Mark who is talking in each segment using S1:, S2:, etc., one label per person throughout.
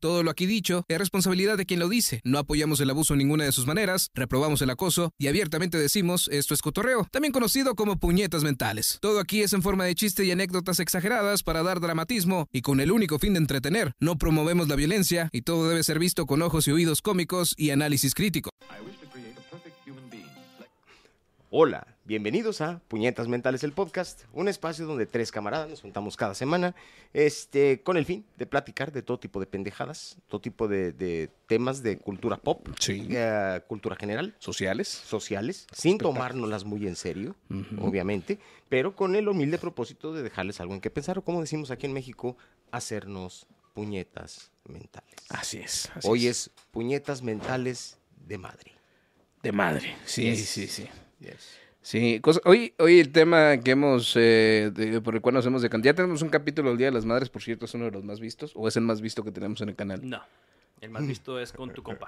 S1: Todo lo aquí dicho es responsabilidad de quien lo dice. No apoyamos el abuso en ninguna de sus maneras, reprobamos el acoso y abiertamente decimos esto es cotorreo, también conocido como puñetas mentales. Todo aquí es en forma de chiste y anécdotas exageradas para dar dramatismo y con el único fin de entretener. No promovemos la violencia y todo debe ser visto con ojos y oídos cómicos y análisis crítico.
S2: Hola, bienvenidos a Puñetas Mentales, el podcast, un espacio donde tres camaradas nos juntamos cada semana este, con el fin de platicar de todo tipo de pendejadas, todo tipo de, de temas de cultura pop,
S3: Sí.
S2: eh, cultura general,
S3: sociales.
S2: sociales, sin tomárnoslas muy en serio, obviamente, pero con el humilde propósito de dejarles algo en que pensar o, como decimos aquí en México, hacernos puñetas mentales.
S3: Así es. Ah, así
S2: Hoy es puñetas mentales de madre.
S3: de madre. Sí,
S2: Yes.
S3: sí, sí. Sí, cosa- hoy, hoy el tema que hemos, eh, de- por el cual nos hemos decantado, ya tenemos un capítulo del Día de las Madres, por cierto, es uno de los más vistos, o es el más visto que tenemos en el canal.
S4: No. El más visto es con tu compa.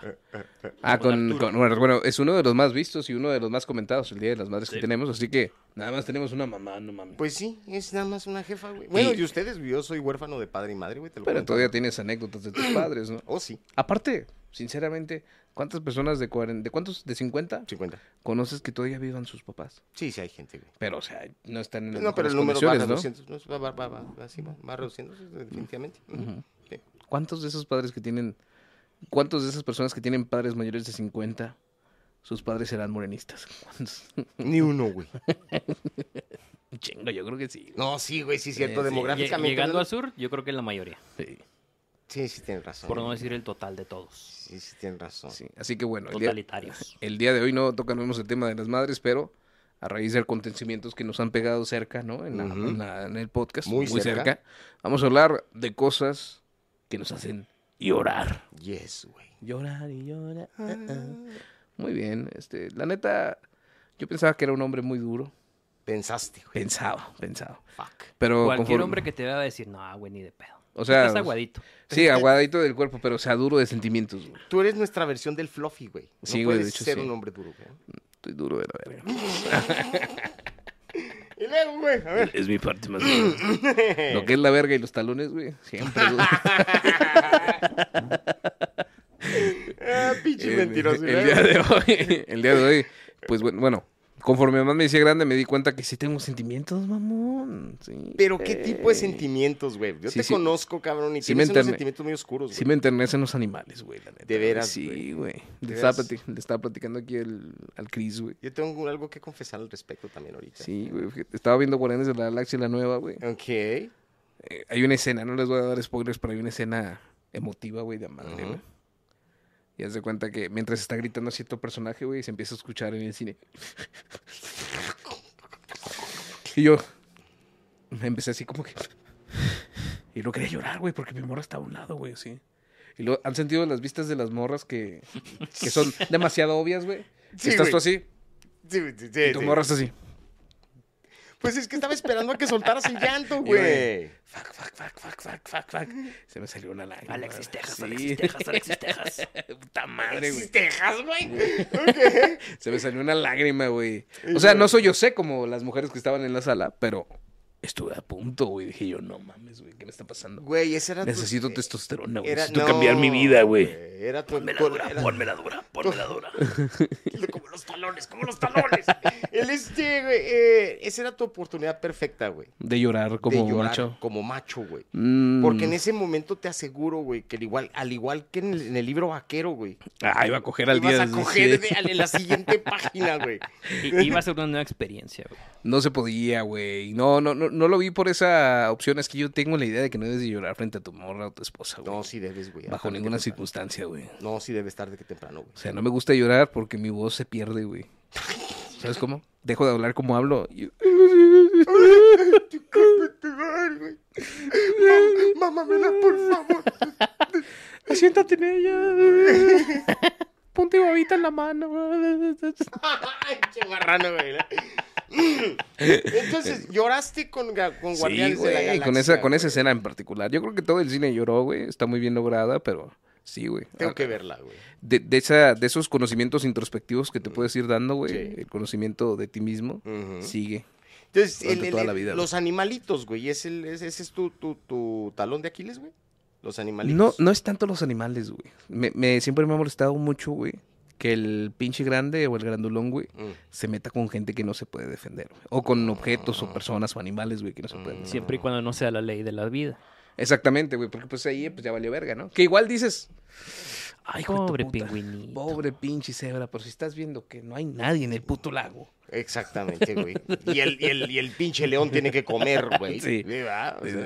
S3: Ah,
S4: con
S3: con,
S4: Arturo.
S3: con- bueno, bueno, es uno de los más vistos y uno de los más comentados el Día de las Madres
S4: Sí.
S3: que tenemos, así que nada más tenemos una mamá, no mames.
S2: Pues sí, es nada más una jefa, güey. Bueno,
S3: Y-
S2: y ustedes, yo soy huérfano de padre y madre, güey. te lo
S3: Pero
S2: cuento.
S3: todavía tienes anécdotas de tus padres, ¿no?
S2: Oh, sí,
S3: Aparte, sinceramente, ¿cuántas personas de 40, de cuántos, de 50
S2: 50.
S3: conoces que todavía vivan sus papás?
S2: Sí, sí hay gente, güey.
S3: Pero, o sea, no están en las
S2: No, pero
S3: mejores
S2: el número va
S3: condiciones, ¿no?
S2: reduciendo, ¿no? va, va, va, va, así va, va reduciéndose definitivamente. Sí.
S3: ¿Cuántos de esos padres que tienen, cuántos de esas personas que tienen padres mayores de 50, sus padres serán morenistas? ¿Cuántos?
S2: Ni uno, güey.
S3: Un chingo, yo creo que sí.
S2: No, sí, güey, sí, cierto,
S3: Eh, Sí, sí.
S2: demográficamente.
S4: Lle- Llegando
S2: ¿no?
S4: al sur, yo creo que la mayoría.
S3: Sí,
S2: Sí, sí, tienes razón.
S4: Por no decir el total de todos.
S2: Sí, sí, tienes razón.
S3: sí. Así que bueno, el día,
S4: Totalitarios.
S3: el día de hoy no tocaremos el tema de las madres, pero a raíz de acontecimientos que nos han pegado cerca, ¿no? En, la-
S2: Ujú.
S3: en la- en el podcast,
S2: Muy
S3: muy,
S2: cerca.
S3: cerca. vamos a hablar de cosas que nos hacen llorar.
S2: Yes, güey.
S3: Llorar y llorar. ah, ah. Muy bien, este, la neta, yo pensaba que era un hombre muy duro.
S2: Pensaste, güey.
S3: Pensaba, pensaba.
S2: Fuck.
S3: Pero
S4: Cualquier
S3: conforme-
S4: hombre que te vea va a decir, no, güey, ni de pedo.
S3: O sea,
S4: Estás aguadito.
S3: Sí, aguadito del cuerpo, pero o sea, duro de sentimientos, güey.
S2: Tú eres nuestra versión del fluffy, güey. No
S3: Sí, güey, de
S2: puedes
S3: hecho,
S2: ser
S3: sí.
S2: un hombre duro, güey.
S3: Estoy duro de la verga.
S2: Y luego, güey, a ver.
S3: Es mi parte más dura. Lo que es la verga y los talones, güey. Siempre duro.
S2: Ah, pinche
S3: el,
S2: mentiroso.
S3: el
S2: güey.
S3: día de hoy. El día de hoy. Pues bueno, bueno, conforme más me hice grande, me di cuenta que sí tengo sentimientos, mamón. Sí,
S2: Pero qué tipo de
S3: güey.
S2: sentimientos, güey. Yo
S3: Sí,
S2: te
S3: sí.
S2: conozco, cabrón, y
S3: Sí me
S2: tienes unos
S3: interne-
S2: sentimientos muy oscuros, güey.
S3: Sí me enternecen los animales, güey, la neta.
S2: De veras,
S3: Sí, güey.
S2: De
S3: Le, estaba
S2: veras.
S3: plati- le estaba platicando aquí el- al Chris, güey.
S2: Yo tengo algo que confesar al respecto también ahorita.
S3: Sí, güey. fíjate, Estaba viendo Guardianes de la Galaxia, la nueva, güey.
S2: Ok.
S3: Eh, hay una escena, no les voy a dar spoilers, pero hay una escena emotiva, güey, de madre,
S2: Ujú.
S3: güey. Y haz de cuenta que mientras está gritando cierto personaje, güey, se empieza a escuchar en el cine. y yo me empecé así como que... Y no quería llorar, güey, porque mi morra estaba a un lado, güey, así. Y luego, ¿han sentido las vistas de las morras que, que son demasiado obvias, güey?
S2: Sí,
S3: Estás
S2: güey.
S3: tú así
S2: Sí, sí, sí,
S3: y tu
S2: sí.
S3: morra está así.
S2: Pues es que estaba esperando a que soltaras el llanto,
S3: Y,
S2: güey.
S3: güey, Fuck, fuck, fuck, fuck, fuck, fuck, fuck. Se me salió una lágrima.
S4: Alexis Texas,
S3: Sí.
S4: Alexis Texas, Alexis Texas.
S3: Puta madre, güey.
S2: Texas, güey.
S3: Se me salió una lágrima, güey. O sea, no soy yo sé como las mujeres que estaban en la sala, pero estuve a punto, güey. Dije yo, no mames, güey, ¿qué me está pasando?
S2: Güey, ese era tu-
S3: Necesito
S2: eh,
S3: testosterona, güey.
S2: era-
S3: Necesito
S2: no,
S3: cambiar mi vida, güey.
S2: Era tu... tu- era-
S4: Pónmela dura, pónmela dura.
S2: Como los talones, como los talones. El este, güey, eh, esa era tu oportunidad perfecta, güey.
S3: De llorar como
S2: de llorar
S3: macho.
S2: como macho, güey.
S3: Mm.
S2: Porque en ese momento te aseguro, güey, que al igual, al igual que en el, en el libro vaquero, güey.
S3: Ah, iba a coger al
S2: ibas
S3: día
S2: a
S3: de-
S2: coger de- al- en la siguiente página, güey.
S4: Y, y va a ser una nueva experiencia, güey.
S3: No se podía, güey. No, no, no, no lo vi por esa opción. Es que yo tengo la idea de que no debes de llorar frente a tu morra o tu esposa, güey.
S2: No, sí debes, güey.
S3: Bajo
S2: tarde que
S3: ninguna
S2: temprano.
S3: circunstancia, güey.
S2: No, sí debes tarde que temprano, güey.
S3: O sea, no me gusta llorar porque mi voz se pierde, güey. ¿Sabes cómo? Dejo de hablar como hablo. y-
S2: Mámamela, por favor.
S3: Siéntate en ella. Ponte babita en la mano.
S2: Ay, che marrano, güey. Entonces, lloraste con, ga- con
S3: Sí,
S2: Guardianes de la
S3: güey,
S2: Galaxia.
S3: con esa, con esa
S2: güey.
S3: escena en particular. Yo creo que todo el cine lloró, güey. Está muy bien lograda, pero sí, güey.
S2: Tengo
S3: Ah,
S2: que verla, güey.
S3: De, de esa, de esos conocimientos introspectivos que te puedes ir dando, güey.
S2: Mm. Sí.
S3: El conocimiento de ti mismo.
S2: Ujú.
S3: Sigue.
S2: Entonces,
S3: Durante
S2: el- el-
S3: toda
S2: el-
S3: la vida,
S2: los animalitos, güey, ¿es el- es- ese es tu, tu, tu talón de Aquiles, güey. Los animalitos.
S3: No, no es tanto los animales, güey. Me, me- siempre me ha molestado mucho, güey, que el pinche grande o el grandulón, güey,
S2: Mm.
S3: se meta con gente que no se puede defender, güey. O con objetos o personas o animales, güey, que no se pueden defender.
S4: Siempre y cuando no sea la ley de la vida.
S3: Exactamente, güey, porque pues ahí pues, ya valió verga, ¿no? Que igual dices,
S4: Ay,
S3: hijo de tu
S4: pobre
S3: puta,
S4: pingüinito.
S3: pobre pinche cebra, pero si estás viendo que no hay nadie en el puto lago.
S2: Exactamente, güey. Y el, y el- y el pinche león tiene que comer, güey.
S3: Sí.
S2: ¿Verdad? O sea,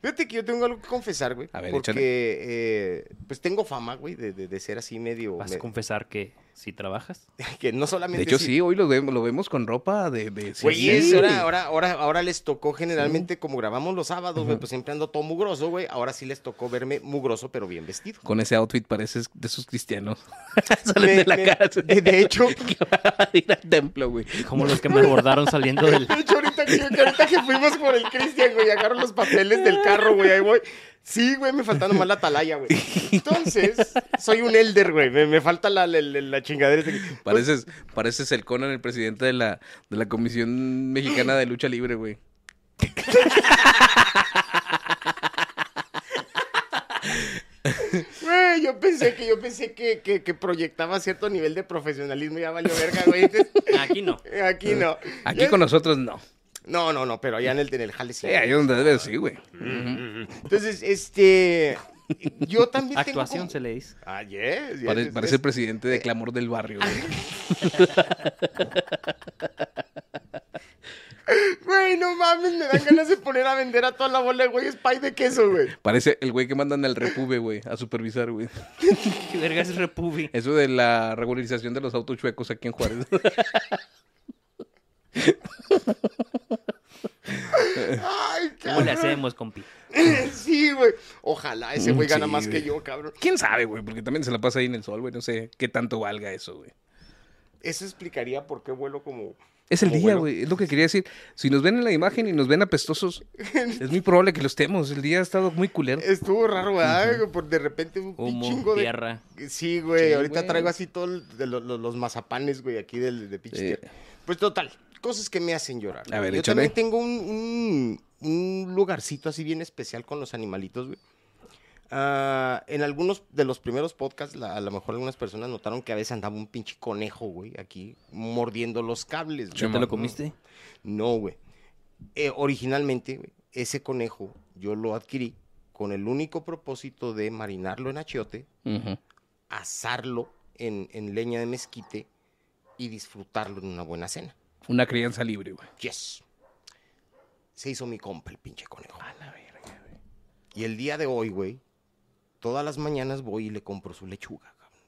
S2: Fíjate que yo tengo algo que confesar, güey.
S3: A ver,
S2: porque,
S3: échale.
S2: eh, pues tengo fama, güey, de, de- de ser así medio...
S4: ¿Vas
S2: me-
S4: a confesar que si trabajas?
S2: que no solamente...
S3: De hecho,
S2: sí-
S3: sí, hoy lo vemos, lo vemos con ropa de... de
S2: Güey,
S3: sí,
S2: es-
S3: sí.
S2: ahora, ahora, ahora, ahora les tocó generalmente, como grabamos los sábados, güey, pues siempre ando todo mugroso, güey. Ahora sí les tocó verme mugroso, pero bien vestido.
S3: Con ese outfit pareces de esos cristianos.
S2: De-
S3: Salen de la
S2: de-
S3: casa.
S2: de- de hecho-
S3: que van a ir al templo, güey.
S4: Como los que me abordaron saliendo del...
S2: De hecho, ahorita que, ahorita que fuimos por el Cristian, güey, agarro los papeles del carro, güey, ahí voy. Sí, güey, me falta nomás la atalaya, güey. Entonces, soy un elder, güey. Me, me falta la, la, la- la chingadera. esta que-
S3: Pareces, pareces el Conan, el presidente de la, de la Comisión Mexicana de Lucha Libre, güey.
S2: Güey, Eh, yo pensé que, yo pensé que, que, que proyectaba cierto nivel de profesionalismo. Ya valió verga, güey. Entonces,
S4: Aquí no.
S2: eh, Aquí no.
S3: Aquí
S2: Ya-
S3: con nosotros no.
S2: No, no, no, pero allá en el, en el jale sí.
S3: Sí, ahí donde debe, sí, güey.
S2: Entonces, este... Yo también tengo
S4: Actuación
S2: como-
S4: se le dice.
S2: Ah, yes, yes,
S3: Pare-
S2: yes,
S3: parece el presidente de Clamor del Barrio, güey.
S2: yes. Güey, no mames, me dan ganas de poner a vender a toda la bola de güey pay de queso, güey.
S3: Parece el güey que mandan al Repube, güey, a supervisar, güey.
S4: ¿Qué vergas es Repubi?
S3: Eso de la regularización de los autos chuecos aquí en Juárez. Eh.
S2: Ay,
S4: ¿Cómo le
S2: cabrón.
S4: hacemos, compi?
S2: Sí, güey. Ojalá ese güey gana
S3: Sí,
S2: más que
S3: güey.
S2: yo, cabrón.
S3: ¿Quién sabe, güey? Porque también se la pasa ahí en el sol, güey. No sé qué tanto valga eso, güey.
S2: Eso explicaría por qué vuelo como.
S3: Es el
S2: como
S3: día,
S2: vuelo.
S3: güey. Es lo que quería decir. Si nos ven en la imagen y nos ven apestosos, es muy probable que los estemos. El día ha estado muy culero.
S2: Estuvo raro, ¿verdad? güey? Por de repente un
S4: Humo,
S2: chingo de.
S4: tierra.
S2: Sí, güey.
S3: Sí,
S2: ahorita
S3: güey.
S2: traigo así todos los mazapanes, güey, aquí del, de pinche
S3: Sí.
S2: tierra. Pues total, cosas que me hacen llorar.
S3: A ver,
S2: yo
S3: échale.
S2: también tengo un, un, un lugarcito así bien especial con los animalitos, güey. Ah, en algunos de los primeros podcasts, la- a lo mejor algunas personas notaron que a veces andaba un pinche conejo, güey, aquí mordiendo los cables. güey.
S3: Sí,
S4: ¿Ya te lo comiste?
S2: No, güey. Eh, originalmente, güey, ese conejo yo lo adquirí con el único propósito de marinarlo en achiote,
S3: Ujú.
S2: asarlo en, en leña de mezquite y disfrutarlo en una buena cena.
S3: Una crianza libre, güey.
S2: Yes. Se hizo mi compa el pinche conejo. Y el día de hoy, güey, todas las mañanas voy y le compro su lechuga, cabrón.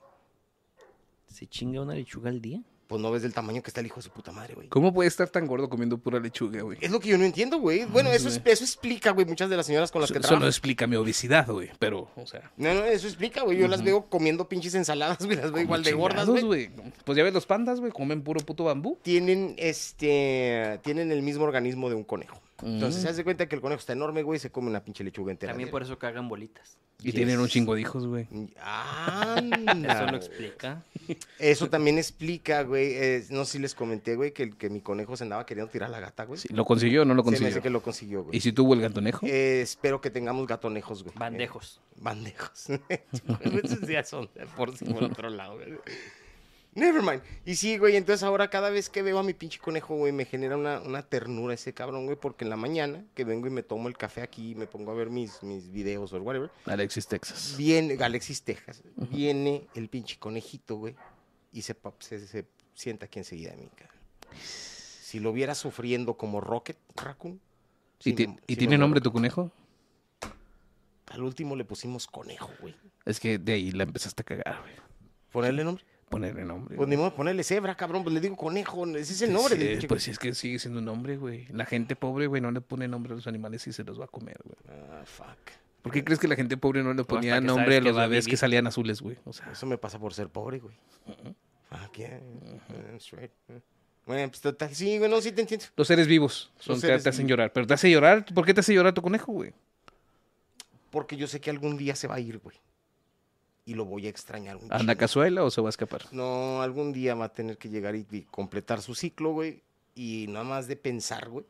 S4: ¿Se chinga una lechuga al día?
S2: Pues no ves del tamaño que está el hijo de su puta madre, güey.
S3: ¿Cómo puede estar tan gordo comiendo pura lechuga, güey?
S2: Es lo que yo no entiendo, güey. Bueno, eso, es- eso explica, güey, muchas de las señoras con las
S3: Ah, Eso-
S2: que
S3: Eso
S2: trabajo.
S3: no explica mi obesidad, güey. Pero, o sea.
S2: No, no, eso explica, güey. Yo las veo comiendo pinches ensaladas, güey. Las veo igual de gordas,
S3: chingados,
S2: güey.
S3: Pues ya ves, los pandas, güey, comen puro puto bambú.
S2: Tienen, este, tienen el mismo organismo de un conejo.
S3: Mm.
S2: Entonces, se hace cuenta que el conejo está enorme, güey, y se come una pinche lechuga entera.
S4: También por eso cagan bolitas.
S3: Y tienen un chingo Ah, de hijos, güey.
S2: Anda.
S4: Eso lo explica.
S3: Eh.
S2: Eso también explica, güey. eh, no sé si les comenté, güey, que, el- que mi conejo se andaba queriendo tirar la gata, güey.
S3: Sí, ¿Lo consiguió o no lo
S2: Se me
S3: consiguió?
S2: hace que lo consiguió, güey.
S3: ¿Y si tuvo el gantonejo?
S2: Eh, espero que tengamos gatonejos, güey.
S4: Bandejos.
S2: Eh, bandejos. Esos días son de por, sí, por otro lado, güey. Never mind. Y sí, güey, entonces ahora cada vez que veo a mi pinche conejo, güey, me genera una, una ternura ese cabrón, güey, porque en la mañana que vengo y me tomo el café aquí y me pongo a ver mis, mis videos o whatever,
S3: Alexis, Texas.
S2: viene Alexis Texas, viene el pinche conejito, güey, y se, pa- se, se sienta aquí enseguida de mí, cabrón. Si lo viera sufriendo como Rocket Raccoon.
S3: ¿Y,
S2: sí
S3: ti-
S2: me-
S3: y
S2: sí me
S3: tiene
S2: muero.
S3: nombre tu conejo?
S2: Al último le pusimos conejo, güey.
S3: Es que de ahí la empezaste a cagar, güey.
S2: ¿Ponerle nombre?
S3: Ponerle nombre.
S2: Pues
S3: güey.
S2: ni modo de ponerle cebra, cabrón. Pues le digo conejo. Ese es el nombre
S3: Sí,
S2: del pinche-
S3: Pues sí, es que sigue siendo un nombre, güey. La gente pobre, güey, no le pone nombre a los animales y se los va a comer, güey.
S2: Ah, fuck.
S3: ¿Por qué crees que la gente pobre
S2: Pues
S3: no le
S4: hasta
S3: ponía
S4: que
S3: nombre
S4: sabes
S3: a
S4: que
S3: los
S4: va a
S3: bebés que
S4: vivir.
S3: salían azules, güey? O sea,
S2: Eso me pasa por ser pobre, güey. Fuck, yeah. That's right. Bueno, pues total. Sí, güey, no, sí te entiendo.
S3: los seres vivos son
S2: Los
S3: que
S2: seres
S3: te hacen
S2: vivos.
S3: llorar. Pero te hace llorar, ¿por qué te hace llorar tu conejo, güey?
S2: Porque yo sé que algún día se va a ir, güey. Y lo voy a extrañar un
S3: ¿Anda a
S2: chingo.
S3: cazuela o se va a escapar?
S2: No, algún día va a tener que llegar y, y completar su ciclo, güey. Y nada más de pensar, güey.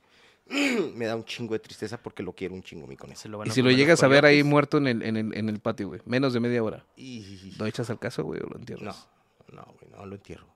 S2: me da un chingo de tristeza porque lo quiero un chingo, mi conejo.
S4: Se lo van
S3: Y
S4: a
S3: si lo
S4: comer los
S3: llegas a ver ahí
S2: pues.
S4: coyotes.
S3: muerto en el, en el, en el patio, güey. Menos de media hora.
S2: Y-
S3: ¿Lo echas al caso, güey, o lo entierras?
S2: No, no, güey, no lo entierro.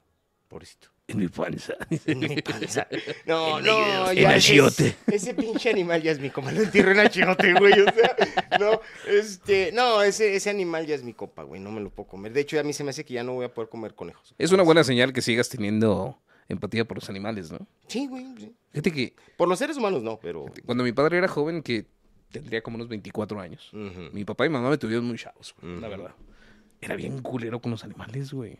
S2: Pobrecito.
S3: En mi panza.
S2: En mi panza. No,
S4: En
S2: no,
S4: el-
S2: ya.
S4: en el
S2: es-
S4: chiote.
S2: ese pinche animal ya es mi compa. Lo entierro en el chiote, güey. O sea, no, este, no, ese, ese animal ya es mi copa, güey. No me lo puedo comer. De hecho, a mí se me hace que ya no voy a poder comer conejos.
S3: Es una buena señal que sigas teniendo empatía por los animales, ¿no?
S2: Sí, güey. sí.
S3: Fíjate que
S2: Por los seres humanos no, pero.
S3: cuando mi padre era joven, que tendría como unos 24 años,
S2: Ujú.
S3: mi papá y mamá me tuvieron muy chavos, güey, la
S2: Mm. Ujú.
S3: verdad. Era bien culero con los animales, güey.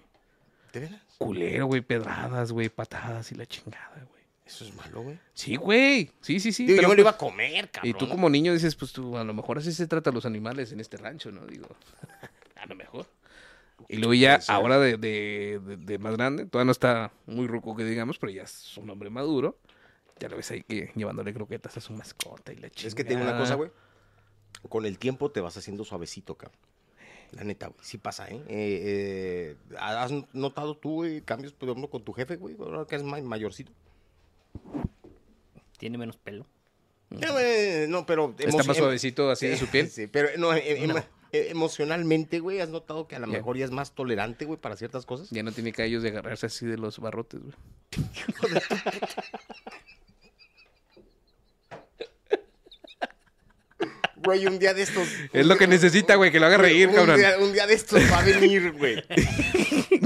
S2: ¿De veras?
S3: Culero, güey, pedradas, güey, patadas y la chingada, güey.
S2: Eso es malo, güey.
S3: Sí, güey. Sí, sí, sí.
S2: Digo,
S3: pero
S2: yo me
S3: pues-
S2: lo iba a comer, cabrón.
S3: Y tú como niño dices, pues tú, a lo mejor así se tratan los animales en este rancho, ¿no? Digo, a lo mejor. Y luego ya,
S2: ser.
S3: ahora de, de- de- de más grande, todavía no está muy ruco que digamos, pero ya es un hombre maduro. Ya lo ves ahí que llevándole croquetas a su mascota y la chingada.
S2: Es que tiene una cosa, güey. Con el tiempo te vas haciendo suavecito, cabrón. La neta, güey. Sí pasa, ¿eh? Eh, eh, has notado tú güey, cambios, por ejemplo, con tu jefe, güey? Ahora que es ma- mayorcito.
S4: Tiene menos pelo.
S2: Eh, güey, no, pero...
S3: Está
S2: emo-
S3: más
S2: em-
S3: suavecito así de su piel.
S2: Sí, pero no, eh, em- eh, emocionalmente, güey, has notado que a lo
S3: Ya.
S2: mejor ya es más tolerante, güey, para ciertas cosas.
S3: Ya no tiene callos de agarrarse así de los barrotes, güey.
S2: Güey, un día de estos...
S3: Es lo que necesita, güey, que lo haga reír,
S2: un
S3: cabrón.
S2: día- un día de estos va a venir, güey.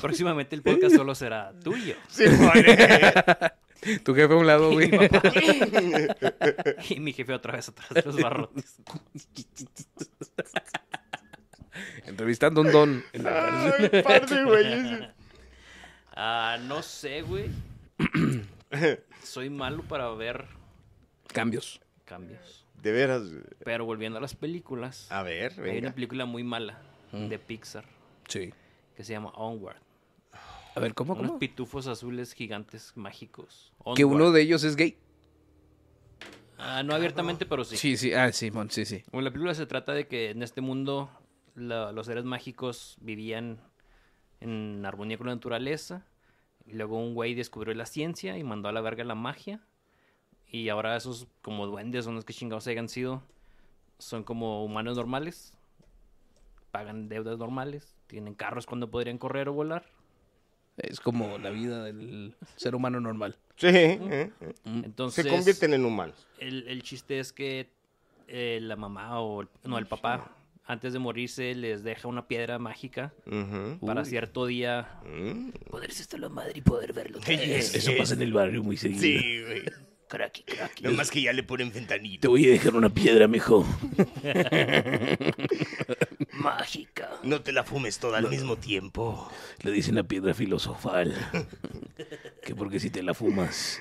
S4: Próximamente el podcast solo será tuyo.
S2: Sí, güey.
S3: Tu jefe a un lado, güey.
S4: Y mi jefe otra vez atrás de los barrotes.
S3: Entrevistando a un don. en la cárcel.
S2: Ay, padre, güey.
S4: Ah, no sé, güey. Soy malo para ver
S3: Cambios.
S4: cambios.
S2: De veras. güey.
S4: Pero volviendo a las películas,
S2: A ver,
S4: hay una
S2: venga.
S4: película muy mala
S3: Mm.
S4: de Pixar
S3: Sí.
S4: que se llama Onward.
S3: A ver, ¿cómo,
S4: Unos
S3: cómo?
S4: pitufos azules gigantes mágicos.
S3: Que
S4: Onward.
S3: uno de ellos es gay.
S4: Ah, no abiertamente, pero sí.
S3: Sí, sí. Ah, sí, mon, sí, sí.
S4: Bueno, la película se trata de que en este mundo la- los seres mágicos vivían en armonía con la naturaleza. Y luego un güey descubrió la ciencia y mandó a la verga la magia. Y ahora esos como duendes, son los que chingados hayan sido, son como humanos normales. Pagan deudas normales. Tienen carros cuando podrían correr o volar.
S3: Es como la vida del ser humano normal.
S2: Sí, ¿eh?
S4: Entonces,
S2: se convierten en humanos.
S4: El, el chiste es que eh, la mamá o el- no, el papá, antes de morirse, les deja una piedra mágica
S2: Ujú.
S4: para cierto día
S2: Mm.
S4: poderse estar la madre y poder verlo. otra vez.
S2: Eso pasa
S3: en el barrio muy seguido.
S2: Sí, güey.
S4: Cracky, cracky.
S2: Nomás que ya le ponen
S3: Te
S2: ventanito.
S3: voy a dejar una piedra, mijo.
S4: Mágica.
S2: No te la fumes toda al mismo tiempo.
S3: Le dicen la piedra filosofal. que porque si te la fumas,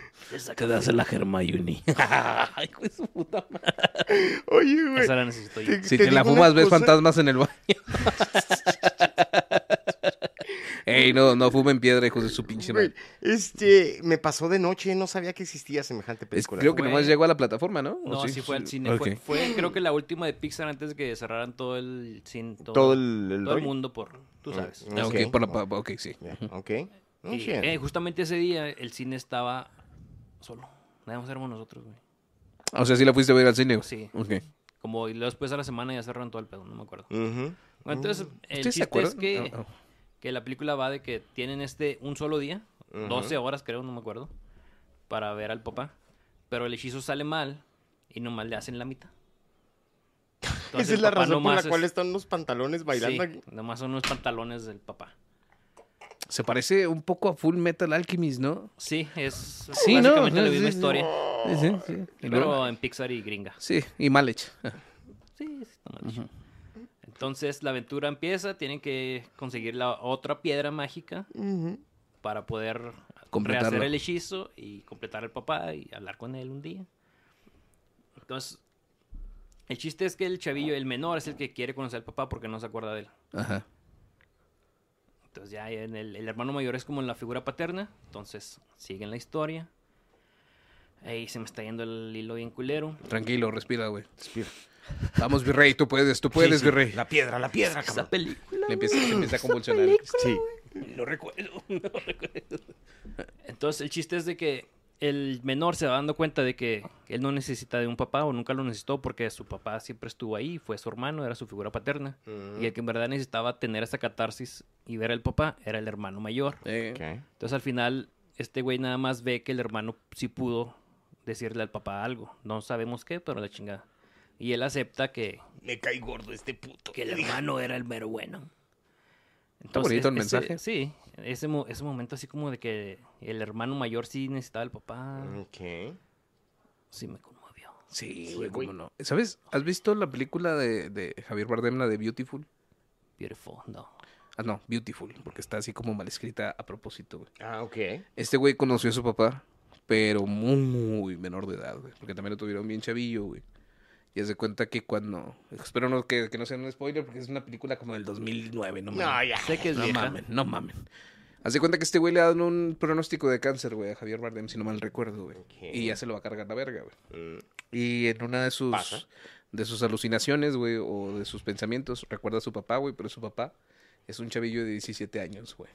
S3: te das a la Hermione. Ay, hijo de su puta madre.
S2: Oye, güey.
S4: Esa la necesito yo.
S3: Si
S2: Te
S3: te, la
S2: digo
S3: fumas,
S2: una
S3: ves
S2: cosa.
S3: fantasmas en el baño. Ey, no, no fumen piedra, hijos de su pinche
S2: Güey,
S3: madre.
S2: Este, me pasó de noche, no sabía que existía semejante
S3: Es-
S2: película.
S3: creo que
S4: Güey.
S3: nomás llegó a la plataforma, ¿no? ¿O
S4: No, sí, fue al cine.
S3: Ok.
S4: Fue, fue, creo que la última de Pixar antes de que cerraran todo el cine. Todo,
S2: Todo el, el
S4: todo el
S2: rollo.
S4: mundo por. Tú sabes.
S2: Mm,
S3: Ah, ok,
S2: Ok.
S3: por la pa- ok, sí.
S2: Ya, ok. Oh,
S4: Y,
S2: shit.
S4: eh, justamente ese día el cine estaba solo. Nada más éramos nosotros, güey.
S3: O sea, sí la fuiste a ver al cine. güey.
S4: Sí.
S3: Ok.
S4: Como y luego después a la semana ya cerraron todo el pedo, no me acuerdo.
S2: Ujú.
S4: Bueno, entonces,
S2: Mm.
S4: el
S3: ¿Ustedes se
S4: chiste es
S3: acuerdan?
S4: que, eh,
S3: Ah, ah.
S4: que la película va de que tienen este un solo día, 12 horas creo, no me acuerdo, para ver al papá. Pero el hechizo sale mal y nomás le hacen la mitad. Entonces,
S2: Esa es
S4: el
S2: la
S4: papá
S2: razón por la
S4: nomás
S2: cual
S4: es-
S2: están los pantalones bailando
S4: sí,
S2: aquí.
S4: nomás son unos pantalones del papá.
S3: Se parece un poco a Full Metal Alchemist, ¿no?
S4: Sí, es
S3: Sí, ¿no?
S4: básicamente la
S3: Sí,
S4: misma
S3: sí, sí.
S4: historia,
S3: Sí, sí, sí. Y luego-
S4: pero en Pixar y gringa.
S3: Sí, y mal hecha.
S4: Sí, sí, está mal dicho. Entonces la aventura empieza, tienen que conseguir la otra piedra mágica para poder
S3: Completarlo.
S4: rehacer el hechizo y completar al papá y hablar con él un día. Entonces, el chiste es que el chavillo, el menor, es el que quiere conocer al papá porque no se acuerda de él.
S3: Ajá.
S4: Entonces ya en el, el hermano mayor es como la figura paterna, entonces siguen la historia. Ahí se me está yendo el hilo bien culero.
S3: Tranquilo, respira, güey. Vamos, virrey, tú puedes, tú puedes, virrey.
S2: La piedra, la piedra,
S4: Esa
S2: cabrón.
S4: película.
S3: Le empieza, se empieza a convulsionar.
S2: Sí.
S4: No recuerdo, no recuerdo. Entonces el chiste es de que el menor se va dando cuenta de que él no necesita de un papá o nunca lo necesitó porque su papá siempre estuvo ahí, fue su hermano, era su figura paterna.
S2: Mm.
S4: Y el que en verdad necesitaba tener esa catarsis y ver al papá era el hermano mayor.
S3: Eh,
S2: Ok.
S4: Entonces al final este güey nada más ve que el hermano sí pudo decirle al papá algo. No sabemos qué, pero la chingada. Y él acepta que,
S2: Me cae gordo este puto.
S4: que el hermano era el mero bueno.
S3: bonito el
S4: ese-
S3: mensaje.
S4: Sí, ese, mo- ese momento así como de que el hermano mayor sí necesitaba al papá.
S2: Mm. Ok.
S4: Sí me conmovió.
S3: Sí,
S2: Sí,
S3: güey,
S2: güey.
S3: cómo no. ¿Sabes? ¿Has visto la película de, de Javier Bardem, la de Beautiful?
S4: Beautiful, no.
S3: Ah, no, Beautiful, porque está así como mal escrita a propósito, güey.
S2: Ah, ok.
S3: Este güey conoció a su papá, pero muy menor de edad, güey. Porque también lo tuvieron bien chavillo, güey. Y se cuenta que cuando... Espero no, que, que no sea un spoiler, porque es una película como del 2009, no mames.
S2: No, ya.
S4: Sé que es
S3: No
S4: vieja.
S3: mamen, no mamen. Haz de cuenta que este güey le dan un pronóstico de cáncer, güey, a Javier Bardem, si no mal recuerdo, güey.
S2: Ok.
S3: Y ya se lo va a cargar la verga, güey.
S2: Mm,
S3: Y en una de sus
S2: Pasa.
S3: de sus alucinaciones, güey, o de sus pensamientos, recuerda a su papá, güey, pero su papá es un chavillo de 17 años, güey.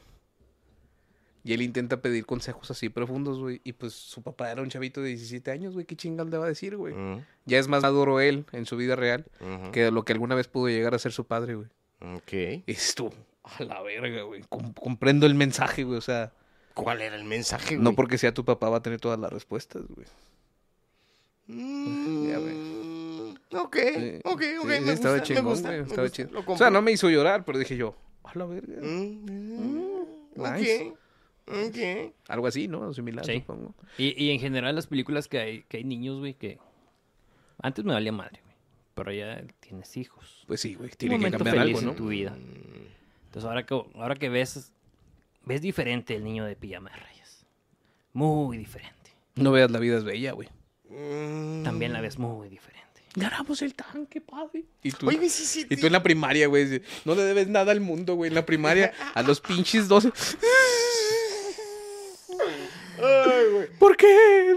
S3: Y él intenta pedir consejos así profundos, güey, y pues su papá era un chavito de 17 años, güey, qué chingón le va a decir, güey.
S2: mm,
S3: Ya es más maduro él en su vida real
S2: ujú.
S3: que lo que alguna vez pudo llegar a ser su padre, güey.
S2: Ok.
S3: Esto, a la verga, güey. Com- comprendo el mensaje, güey. O sea,
S2: ¿Cuál era el mensaje, güey?
S3: no porque sea tu papá va a tener todas las respuestas, güey.
S2: Mm,
S3: Ya, güey.
S2: ok,
S3: Sí,
S2: ok, ok.
S3: sí,
S2: me
S3: sí,
S2: gusta,
S3: estaba
S2: me
S3: chingón,
S2: gusta,
S3: güey,
S2: me
S3: estaba
S2: gusta,
S3: chido.
S2: lo
S3: O sea,
S2: compro.
S3: no me hizo llorar, pero dije yo, a la verga.
S2: Mm, mm,
S3: nice.
S2: Ok, ok.
S3: Algo así, ¿no? Similar,
S4: Sí.
S3: supongo.
S4: Y, y en general las películas que hay, que hay niños, güey, que antes me valía madre, güey. Pero ya tienes hijos.
S3: Pues sí, güey.
S4: Un
S3: Tiene que
S4: momento
S3: cambiar
S4: feliz
S3: algo,
S4: en
S3: ¿no?
S4: tu vida. Entonces ahora que, ahora que ves, ves diferente el niño de pijama de rayas. Muy diferente.
S3: No veas la vida es bella, güey.
S2: Mm.
S4: También la ves muy diferente.
S3: Ganamos el tanque, padre. Y tú,
S2: Mm. Oye, sí, sí.
S3: y tú en la primaria, güey. No le debes nada al mundo, güey. En la primaria, a los pinches 12.
S2: Ay, güey.
S3: ¿Por qué?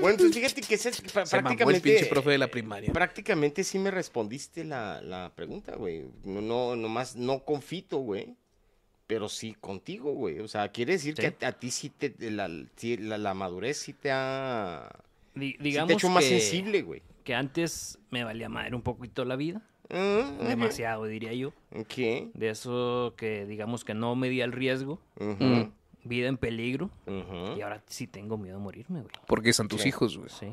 S2: Bueno, pues fíjate que ese es pra-
S3: Se mamó el
S2: prácticamente.
S3: pinche profe de la primaria.
S2: Eh, Prácticamente sí me respondiste la, la pregunta, güey. No, no, nomás no confito, güey. Pero sí contigo, güey. O sea, quiere decir
S4: Sí.
S2: que a, a ti sí te. La, sí, la, la madurez sí te ha.
S4: Di-
S2: sí
S4: digamos
S2: te ha hecho más
S4: que-
S2: sensible, güey.
S4: que antes me valía madre un poquito la vida.
S2: Mm, ok.
S4: Demasiado, diría yo.
S2: ah, Ok.
S4: De eso que digamos que no medía el riesgo.
S2: Ujú,
S3: Mm.
S4: Vida en peligro.
S2: ujú.
S4: Y ahora sí tengo miedo a morirme, güey.
S3: Porque son tus
S2: Sí.
S3: hijos, güey.
S4: Sí.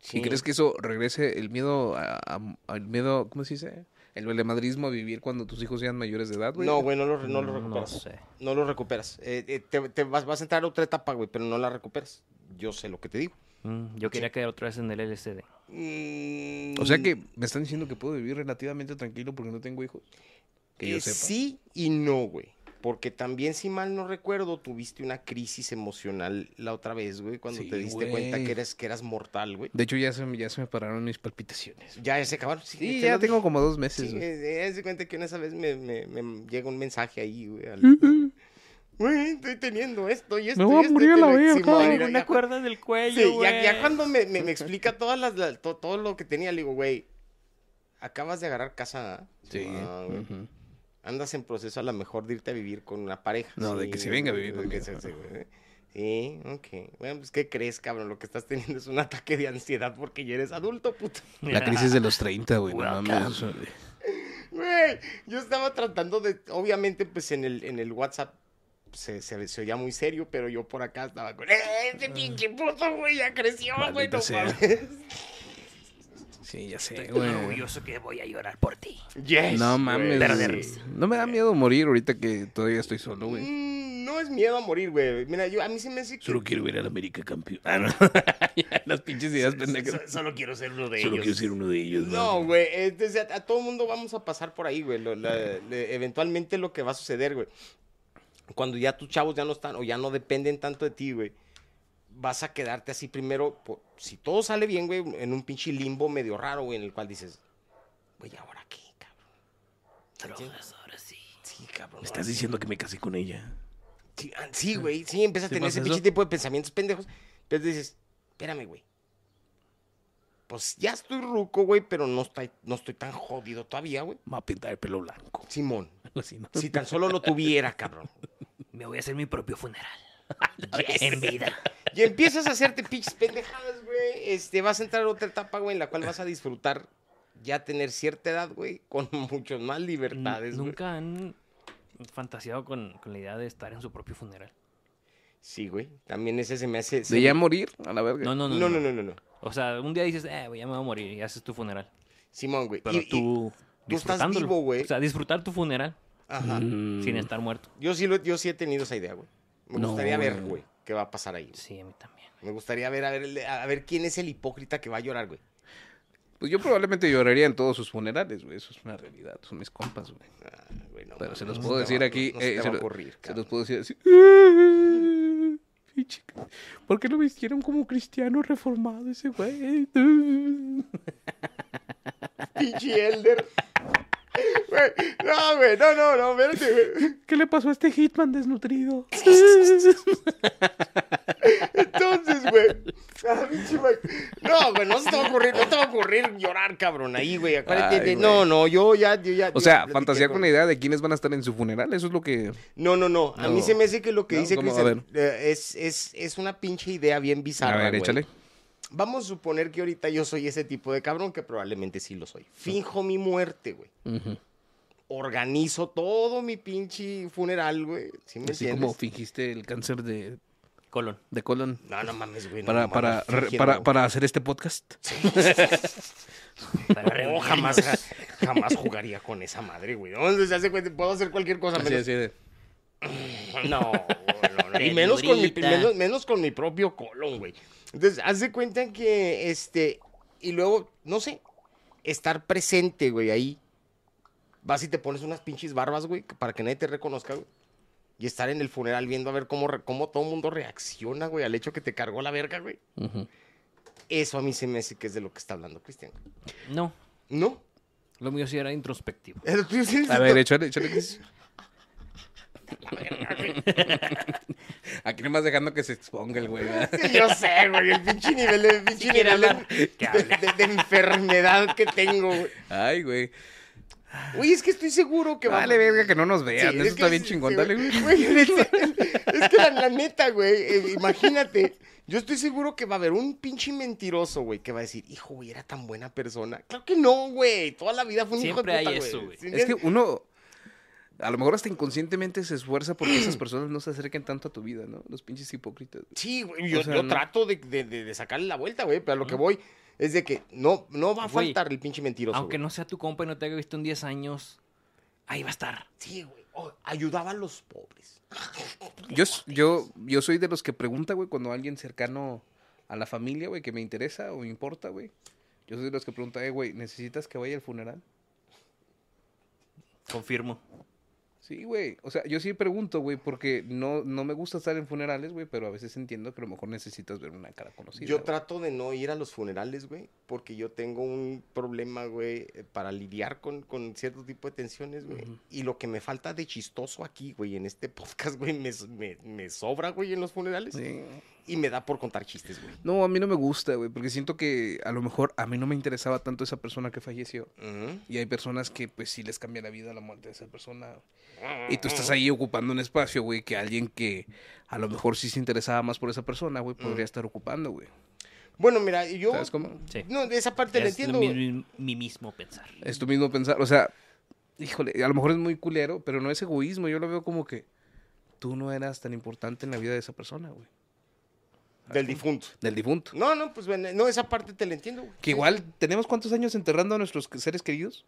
S2: Sí.
S3: ¿Y crees que eso regrese el miedo a- a- al miedo, ¿cómo se dice? El velemadrismo a vivir cuando tus hijos sean mayores de edad, güey.
S2: No, güey, no lo, re- no lo recuperas.
S4: Mm, No sé.
S2: No lo recuperas. Eh, eh, te te vas, vas a entrar a otra etapa, güey, pero no la recuperas. Yo sé lo que te digo.
S4: Mm, yo quería quedar otra vez en el LCD.
S2: Mm,
S3: O sea que me están diciendo que puedo vivir relativamente tranquilo porque no tengo hijos. Que yo
S2: eh,
S3: sepa.
S2: Sí y no, güey. Porque también, si mal no recuerdo, tuviste una crisis emocional la otra vez, güey, cuando
S3: Sí,
S2: te diste cuenta
S3: güey.
S2: que eras, que eras mortal, güey.
S3: De hecho, ya se, me- ya se me pararon mis palpitaciones.
S2: Ya, ya se acabaron. Sí,
S3: Sí,
S2: te
S3: ya
S2: lo
S3: tengo
S2: dije.
S3: como dos
S2: Sí,
S3: meses, güey.
S2: eh, eh, haz de cuenta que una esa vez me, me- me llega un mensaje ahí, güey. al- Güey, estoy teniendo esto y esto.
S3: voy a
S2: y esto,
S3: morir a
S2: te
S3: la
S2: lo-
S3: verga.
S2: Simón,
S3: Ay,
S2: mira, ya
S4: una
S2: cuando-
S4: cuerda del cuello,
S2: Sí, ya, ya cuando me, me- me explica todas las, la- to- todo lo que tenía, le digo, güey, acabas de agarrar casa. ¿ah?
S3: Sí.
S2: Ah, güey.
S3: ujú.
S2: Andas en proceso a lo mejor de irte a vivir con una pareja.
S3: No, de que se venga a vivir
S2: de que
S3: conmigo.
S2: se- se- güey. Sí, ok. Bueno, pues, ¿qué crees, cabrón? Lo que estás teniendo es un ataque de ansiedad porque ya eres adulto, puto.
S3: La crisis de los 30, güey. No
S4: Welcome.
S3: mames. güey.
S2: Güey, yo estaba tratando de... Obviamente, pues, en el, en el WhatsApp se, se, se oía muy serio, pero yo por acá estaba con... ¡Eh, ese pinche puto, güey! Ya creció, güey,
S3: Maldita
S2: no
S3: sea.
S2: mames".
S3: Sí, ya sé,
S4: Estoy tan
S3: güey.
S4: orgulloso que voy a llorar por ti.
S2: Yes,
S3: No
S2: güey.
S3: mames.
S4: Pero de
S3: güey.
S4: risa.
S3: No me da miedo morir ahorita que todavía estoy solo, güey.
S2: Mm, No es miedo a morir, güey. Mira, yo a mí se me hace que...
S3: Solo quiero ver al América campeón. Ah, no. Ya, Las pinches ideas pendejas.
S2: So- solo quiero ser uno de
S3: Solo
S2: ellos.
S3: quiero ser uno de ellos.
S2: No, güey, entonces a, a todo mundo vamos a pasar por ahí, güey. Lo- la- le- eventualmente lo que va a suceder, güey, cuando ya tus chavos ya no están o ya no dependen tanto de ti, güey, vas a quedarte así primero, por- si todo sale bien, güey, en un pinche limbo medio raro, güey, en el cual dices, güey, ¿ahora qué, cabrón?
S4: Drogas, ahora sí.
S2: Sí, cabrón.
S3: Me estás diciendo que me casé con ella.
S2: Sí, ah, Sí, güey, sí, empiezas a
S3: ¿Te
S2: tener
S3: pasa
S2: ese pinche
S3: eso?
S2: tipo de pensamientos pendejos. Pero dices, espérame, güey. Pues ya estoy ruco, güey, pero no estoy, no estoy tan jodido todavía, güey.
S3: Me va a pintar el pelo blanco.
S2: Simón,
S3: Algo así, ¿no?
S2: si tan solo lo tuviera, cabrón.
S4: Me voy a hacer mi propio funeral. En vida.
S2: Y empiezas a hacerte pinches pendejadas, güey. Este, vas a entrar a otra etapa, güey, en la cual vas a disfrutar ya tener cierta edad, güey, con muchas más libertades, güey.
S4: Nunca han fantaseado con, con la idea de estar en su propio funeral.
S2: Sí, güey. También ese se me hace. se
S3: De ya
S2: me-
S3: morir, a la verga.
S4: No, no, no.
S2: No, no, no, no, no.
S4: O sea, un día dices, eh, güey, ya me voy a morir y haces tu funeral.
S2: Simón, güey.
S4: Pero
S2: Y- y-
S4: tú.
S2: tú estás
S4: disfrutándolo.
S2: vivo, güey.
S4: O sea, disfrutar tu funeral
S2: Ajá.
S3: Mm.
S4: sin estar muerto.
S2: Yo sí, lo- yo sí he tenido esa idea, güey. Me
S3: No,
S2: gustaría ver,
S3: güey.
S2: güey, qué va a pasar ahí.
S4: Sí, a mí también.
S2: Me gustaría ver a ver, el- a ver quién es el hipócrita que va a llorar, güey.
S3: Pues yo probablemente lloraría en todos sus funerales, güey. Eso es una realidad. Son mis compas, güey.
S2: Ah, güey, no
S3: Pero se
S2: mames,
S3: los
S2: no
S3: puedo
S2: te
S3: decir
S2: va-
S3: aquí.
S2: no se
S3: eh, se
S2: te va a
S3: lo-
S2: ocurrir,
S3: se
S2: cabrón.
S3: los puedo decir así. "Pinche c- ¿Por qué lo vistieron como cristiano reformado ese güey?
S2: Pinche Elder. Güey, No, güey, no, no, no, espérate, güey.
S3: ¿Qué le pasó a este Hitman desnutrido?
S2: Entonces, güey. ah, pinche Mike. No, güey, no se te va a ocurrir, no te va a ocurrir llorar, cabrón, ahí, güey. acuérdate
S3: Ay,
S2: de-
S3: güey.
S2: No, no, yo ya, yo ya.
S3: O sea, fantasear con la idea de quiénes van a estar en su funeral. Eso es lo que.
S2: No, no, no. A mí
S3: No.
S2: se me hace que lo que
S3: No,
S2: dice
S3: ¿cómo? A
S2: Cristian eh, es, es, es una pinche idea bien bizarra.
S3: a ver,
S2: Ah, güey.
S3: échale.
S2: Vamos a suponer que ahorita yo soy ese tipo de cabrón, que probablemente sí lo soy. Finjo mi muerte, güey.
S3: Ujú.
S2: Organizo todo mi pinche funeral, güey. ¿Sí me
S3: Así
S2: entiendes?
S3: como fingiste el cáncer de,
S4: Colon.
S3: de colon
S2: No, no mames, güey. no,
S3: para,
S2: no
S3: para,
S2: mames,
S3: re-
S2: fingiendo.
S3: para, para hacer este podcast.
S4: Para
S2: No,
S4: reunirnos.
S2: jamás, ja- jamás jugaría con esa madre, güey. ¿Dónde se hace cuenta? Puedo hacer cualquier cosa
S3: Así,
S2: menos.
S3: así de-
S2: No, no, no. Y menos con, mi,
S4: Ternurita.
S2: menos, menos con mi propio colon, güey. Entonces, haz de cuenta que, este, y luego, no sé, estar presente, güey, ahí. Vas y te pones unas pinches barbas, güey, para que nadie te reconozca, güey. Y estar en el funeral viendo a ver cómo, re- cómo todo el mundo reacciona, güey, al hecho que te cargó la verga, güey.
S3: Ujú.
S2: Eso a mí se me hace que es de lo que está hablando Cristian.
S4: No,
S2: ¿No?
S4: lo mío sí era introspectivo.
S3: A ver, échale, échale. Cris. Aquí nomás dejando que se exponga el güey. ¿verdad?
S2: Sí, yo sé, güey, el pinche nivel, de- pinche
S4: quiere
S2: nivel de-
S4: hablar, que
S2: de, de- de enfermedad que tengo, güey.
S3: Ay, güey.
S2: Güey, es que estoy seguro que va-
S3: Vale, verga, que no nos
S2: Sí,
S3: vean.
S2: es
S3: Eso
S2: que
S3: está bien
S2: sí,
S3: chingón.
S2: sí,
S3: Dale, güey.
S2: es, es que la, la neta, güey, eh, imagínate. Yo estoy seguro que va a haber un pinche mentiroso, güey, que va a decir, hijo, güey, era tan buena persona. Claro que no, güey. Toda la vida fue un hijo de
S4: Siempre hay
S2: puta,
S4: eso, güey.
S2: ¿Sí
S3: Es que
S2: entiendes?
S3: uno, a lo mejor hasta inconscientemente se esfuerza porque esas personas no se acerquen tanto a tu vida, ¿no? Los pinches hipócritas.
S2: Sí, güey, yo,
S3: o sea,
S2: yo
S3: no.
S2: trato de, de- de- de sacarle la vuelta, güey, pero a lo que voy es de que no, no va a
S4: Güey,
S2: faltar el pinche mentiroso.
S4: Aunque
S2: güey.
S4: no sea tu compa y no te haya visto en 10 años, ahí va a estar.
S2: Sí, güey. Oh, ayudaba a los pobres.
S3: Yo, s- yo, yo soy de los que pregunta, güey, cuando alguien cercano a la familia, güey, que me interesa o me importa, güey. Yo soy de los que pregunta, eh, güey, ¿necesitas que vaya al funeral?
S4: Confirmo.
S3: Sí, güey. O sea, yo sí pregunto, güey, porque no, no me gusta estar en funerales, güey, pero a veces entiendo que a lo mejor necesitas ver una cara conocida.
S2: yo
S3: güey.
S2: trato de no ir a los funerales, güey, porque yo tengo un problema, güey, eh, para lidiar con, con cierto tipo de tensiones, güey. Y lo que me falta de chistoso aquí, güey, en este podcast, güey, me, s- me- me sobra, güey, en los funerales.
S3: Sí.
S2: Y me da por contar chistes, güey.
S3: No, a mí no me gusta, güey, porque siento que a lo mejor a mí no me interesaba tanto esa persona que falleció.
S2: Ujú.
S3: Y hay personas que, pues, sí les cambia la vida la muerte de esa persona. Y tú estás ahí ocupando un espacio, güey, que alguien que a lo mejor sí se interesaba más por esa persona, güey, podría estar ocupando, güey.
S2: Bueno, mira, yo...
S3: ¿Sabes cómo?
S4: Sí.
S2: No, de esa parte la
S4: es
S2: entiendo,
S4: lo mi,
S2: güey.
S4: mi- mi mismo pensar.
S3: Es tu mismo pensar. O sea, híjole, a lo mejor es muy culero, pero no es egoísmo. Yo lo veo como que tú no eras tan importante en la vida de esa persona, güey.
S2: del difunto.
S3: Del difunto.
S2: No, no, pues, bueno, no, esa parte te la entiendo, güey.
S3: Que igual tenemos cuántos años enterrando a nuestros seres queridos.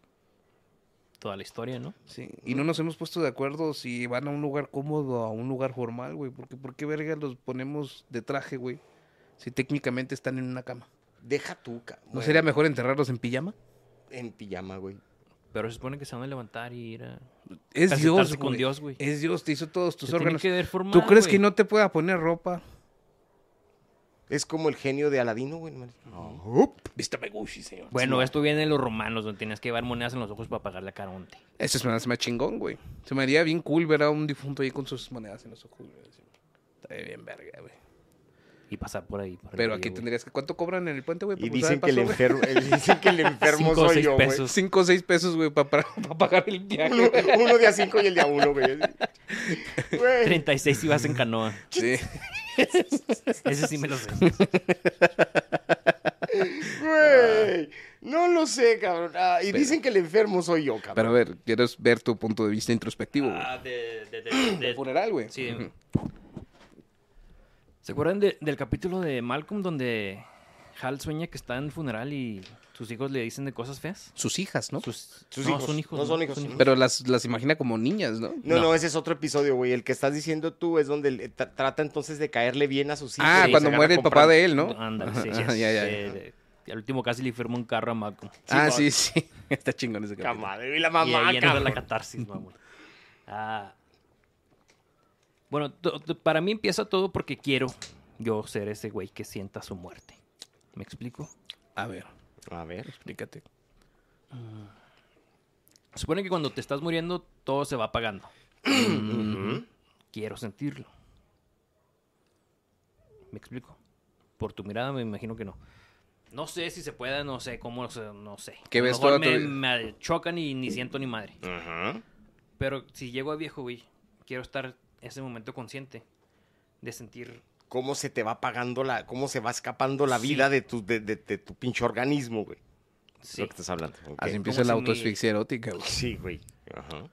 S4: Toda la historia, ¿no?
S3: Sí. Y no nos hemos puesto de acuerdo si van a un lugar cómodo o a un lugar formal, güey. Porque ¿por qué verga los ponemos de traje, güey? Si técnicamente están en una cama.
S2: Deja tu... ca-
S3: ¿No
S2: bueno,
S3: sería mejor enterrarlos en pijama?
S2: En pijama, güey.
S4: Pero se supone que se van a levantar y ir a...
S3: Es
S4: Casetarse
S3: Dios,
S4: con
S3: güey.
S4: Dios, güey.
S3: Es Dios, te hizo todos tus
S4: Se tiene
S3: órganos.
S4: que ver formal,
S3: ¿Tú crees
S4: güey.
S3: que no te pueda poner ropa?
S2: Es como el genio de Aladino, güey. No.
S3: Vístame Gucci, señor.
S4: Bueno, esto viene de los romanos, donde tenías que llevar monedas en los ojos para pagar la caronte.
S3: Eso se me hace más chingón, güey. Se me haría bien cool ver a un difunto ahí con sus monedas en los ojos, güey. así. Estaría bien verga, güey.
S4: y pasar por ahí. por el
S3: Pero
S4: río,
S3: aquí
S4: güey.
S3: tendrías que. ¿Cuánto cobran en el puente, güey?
S2: Y
S3: por cruzar
S2: dicen que, el
S3: paso, güey?
S2: enfermo, dicen que el enfermo
S4: Cinco o
S2: soy
S4: seis
S2: yo, güey.
S4: pesos.
S3: Cinco o seis pesos, güey, para, pagar el viaje.
S2: Uno, uno día 5 y el día 1, güey. Güey.
S4: 36 ibas en canoa.
S3: Sí.
S4: Ese sí me lo sé.
S2: güey. No lo sé, cabrón. Ah, y dicen que el enfermo soy yo, cabrón.
S3: Pero a ver, quieres ver tu punto de vista introspectivo, güey.
S4: Ah, de, de- de- de-
S3: Funeral, güey.
S4: Sí.
S3: Ujú.
S4: ¿Se acuerdan de- del capítulo de Malcolm donde Hal sueña que está en el funeral y sus hijos le dicen de cosas feas?
S3: Sus hijas, ¿no?
S4: Sus,
S2: Sus
S4: no,
S2: hijos,
S4: son hijos.
S2: no son hijos.
S3: Pero las, las imagina como niñas, ¿no?
S2: No, no,
S4: No.
S2: ese es otro episodio, güey. El que estás diciendo tú es donde le- tra- trata entonces de caerle bien a sus hijos.
S3: ah,
S2: y se
S3: cuando
S2: agarra
S3: muere el papá
S2: comprando.
S3: de él, ¿no?
S4: Ándale, sí.
S3: Ajá, ya, ya, ya.
S4: Eh, de- al último casi le firma un carro a Malcolm.
S3: ah, sí,
S2: Simón.
S3: sí. Está chingón ese
S2: Ca
S3: capítulo.
S2: madre, Y la
S4: Y
S2: mamá,
S4: ahí entra la
S2: cabrón.
S4: catarsis, mamón. Ah. Bueno, to- to- para mí empieza todo porque quiero yo ser ese güey que sienta su muerte. ¿Me explico?
S3: A ver,
S2: A ver.
S3: explícate.
S4: Supone que cuando te estás muriendo, todo se va apagando. Quiero sentirlo. ¿Me explico? Por tu mirada me imagino que no. No sé si se pueda, no sé cómo, o sea, no sé.
S3: ¿Qué
S4: A lo
S3: ves
S4: mejor
S3: toda tu
S4: me,
S3: vida?
S4: me chocan y ni siento ni madre.
S2: Ajá.
S4: Pero si llego a viejo, güey, quiero estar ese momento consciente de sentir
S2: ¿Cómo se te va pagando la, cómo se va escapando la vida
S4: Sí.
S2: de tu, de, de- de tu pinche organismo, güey? Es
S4: sí,
S2: lo que estás hablando. ok.
S3: Así empieza la
S4: si mi-
S3: autoasfixia erótica, güey.
S2: Sí, güey. Ajá.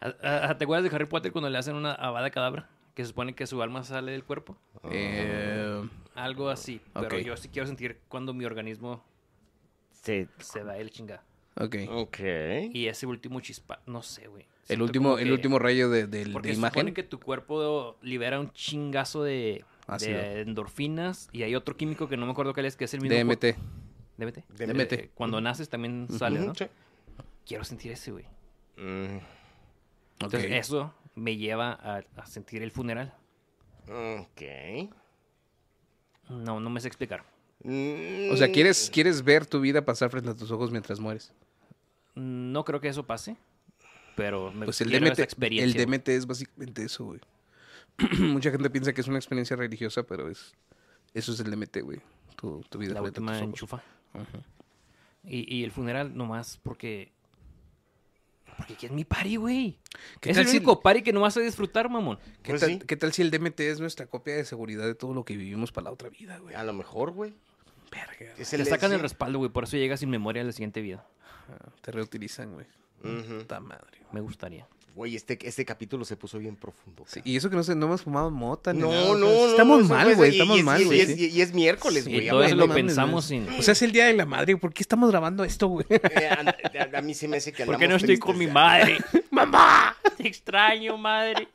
S4: Ah, ah, ¿Te acuerdas de Harry Potter cuando le hacen una abada cadabra? Que se supone que su alma sale del cuerpo.
S3: Eh,
S4: Algo así. Pero
S3: Ok.
S4: yo sí quiero sentir cuando mi organismo
S2: Se-
S4: se va el chingada.
S3: ok.
S2: Ok.
S4: Y ese último chispa, no sé, güey.
S3: El
S4: Siento
S3: último,
S4: como
S3: el
S4: que-
S3: último rayo de, de- de
S4: Porque se supone
S3: imagen.
S4: que tu cuerpo libera un chingazo de,
S3: Ácido.
S4: de endorfinas y hay otro químico que no me acuerdo cuál es, que es el mismo.
S3: DMT.
S4: cu- DMT.
S2: DMT.
S4: Eh, Cuando naces también sale,
S2: Ujú,
S4: ¿no?
S2: sí.
S4: Quiero sentir ese, güey.
S2: Mm,
S3: Ok.
S4: Entonces eso me lleva a, a sentir el funeral.
S2: ok.
S4: No, no me sé explicar.
S2: Mm,
S3: O sea, ¿quieres, quieres ver tu vida pasar frente a tus ojos mientras mueres.
S4: No creo que eso pase, pero me
S3: Pues el
S4: quiero
S3: DMT,
S4: esa
S3: el
S4: experiencia. güey.
S3: DMT es básicamente eso, güey. Mucha gente piensa que es una experiencia religiosa, pero es eso es el DMT, güey. Tu, tu vida
S4: la
S3: frente a
S4: última
S3: tus ojos.
S4: enchufa. y, y el funeral nomás porque... Porque aquí es mi party, güey.
S3: ¿Qué
S4: Es
S3: tal
S4: el
S3: si-
S4: único party que no vas a disfrutar, mamón.
S3: ¿Qué,
S2: Pues
S3: tal,
S2: sí.
S3: qué tal si el DMT es nuestra copia de seguridad de todo lo que vivimos para la otra vida, güey?
S2: A lo mejor, güey.
S3: Verga.
S2: Es
S4: Te sacan
S2: sí.
S4: el respaldo, güey. Por eso llegas sin memoria a la siguiente vida.
S3: Ajá, Te reutilizan, güey.
S2: Ujú.
S3: Puta madre. güey.
S4: Me gustaría.
S2: Güey, este, este capapítulo se puso bien profundo.
S3: Sí,
S2: cabrón.
S3: y eso que no, se, no hemos fumado mota ni
S2: No,
S3: nada, o
S2: no,
S3: sea,
S2: no.
S3: Estamos
S2: no,
S3: mal,
S2: pues,
S3: güey.
S2: y-
S3: Estamos
S2: y es-
S3: mal,
S2: y
S3: güey. sí.
S2: es- Y, y es miércoles,
S4: Sí,
S2: güey.
S4: todo eso
S2: aguanta.
S4: lo
S3: mames,
S4: pensamos
S3: güey.
S4: sin...
S3: O sea, es el día de la madre. ¿Por qué estamos grabando esto, güey?
S2: Eh, a, a- a mí se me hace que
S4: ¿Por
S2: andamos
S4: qué no estoy
S2: tristes,
S4: con mi
S2: ya.
S4: madre? ¡Mamá! Te extraño, madre.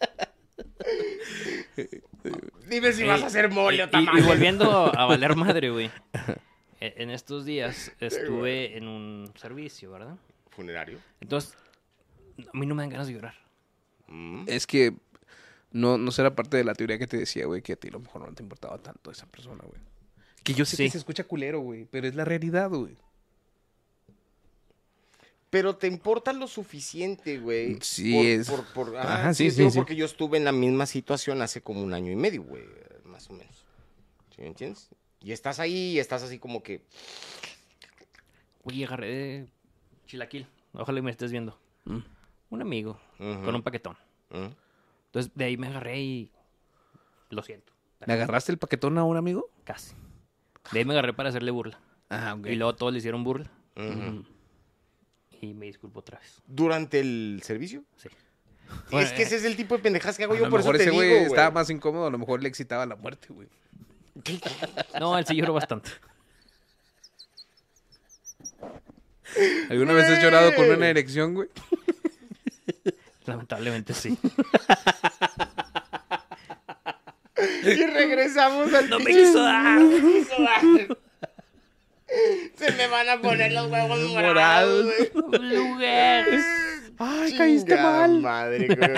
S2: Dime si vas a hacer mole o
S4: Y- y,
S2: tamal.
S4: volviendo a valer madre, güey. E- En estos días estuve en un servicio, ¿verdad?
S2: Funerario.
S4: Entonces, a mí no me dan ganas de llorar.
S2: Mm.
S3: Es que no, no será parte de la teoría que te decía, güey, que a ti a lo mejor no te importaba tanto esa persona, güey. Que yo sé que
S4: Sí.
S3: se escucha culero, güey, pero es la realidad, güey.
S2: Pero te importa lo suficiente, güey.
S3: Mm, Sí,
S2: por,
S3: es-
S2: Por, por- ah,
S3: Ajá,
S2: sí,
S3: sí,
S2: te
S3: sí,
S2: digo
S3: sí.
S2: Porque yo estuve en la misma situación hace como un año y medio, güey, más o menos. ¿Sí me entiendes? Y estás ahí y estás así como que...
S4: Güey, agarré de chilaquil. Ojalá y me estés viendo.
S3: Mm.
S4: Un amigo
S2: ujú,
S4: con un paquetón.
S2: ujú.
S4: Entonces, de ahí me agarré y... Lo siento.
S3: ¿Le agarraste el paquetón a un amigo?
S4: Casi. De ahí me agarré para hacerle burla.
S3: Ah, ok.
S4: Y luego todos le hicieron burla.
S2: Ujú.
S4: Y me disculpo otra vez.
S2: ¿Durante el servicio?
S4: Sí.
S2: es que ese es el tipo de pendejas que
S3: A
S2: hago yo,
S3: lo
S2: por eso
S3: mejor
S2: te
S3: ese
S2: digo,
S3: güey
S2: güey.
S3: estaba más incómodo, a lo mejor le excitaba la muerte, güey.
S4: No, él sí lloró bastante.
S3: ¿Alguna vez has llorado con una erección, güey?
S4: Lamentablemente sí.
S2: Y regresamos al
S4: No me
S2: pinche-
S4: quiso dar.
S2: Se me van a poner los huevos
S3: Morados.
S2: morados, güey.
S4: Lugar.
S3: Ay,
S2: Chingada madre, güey.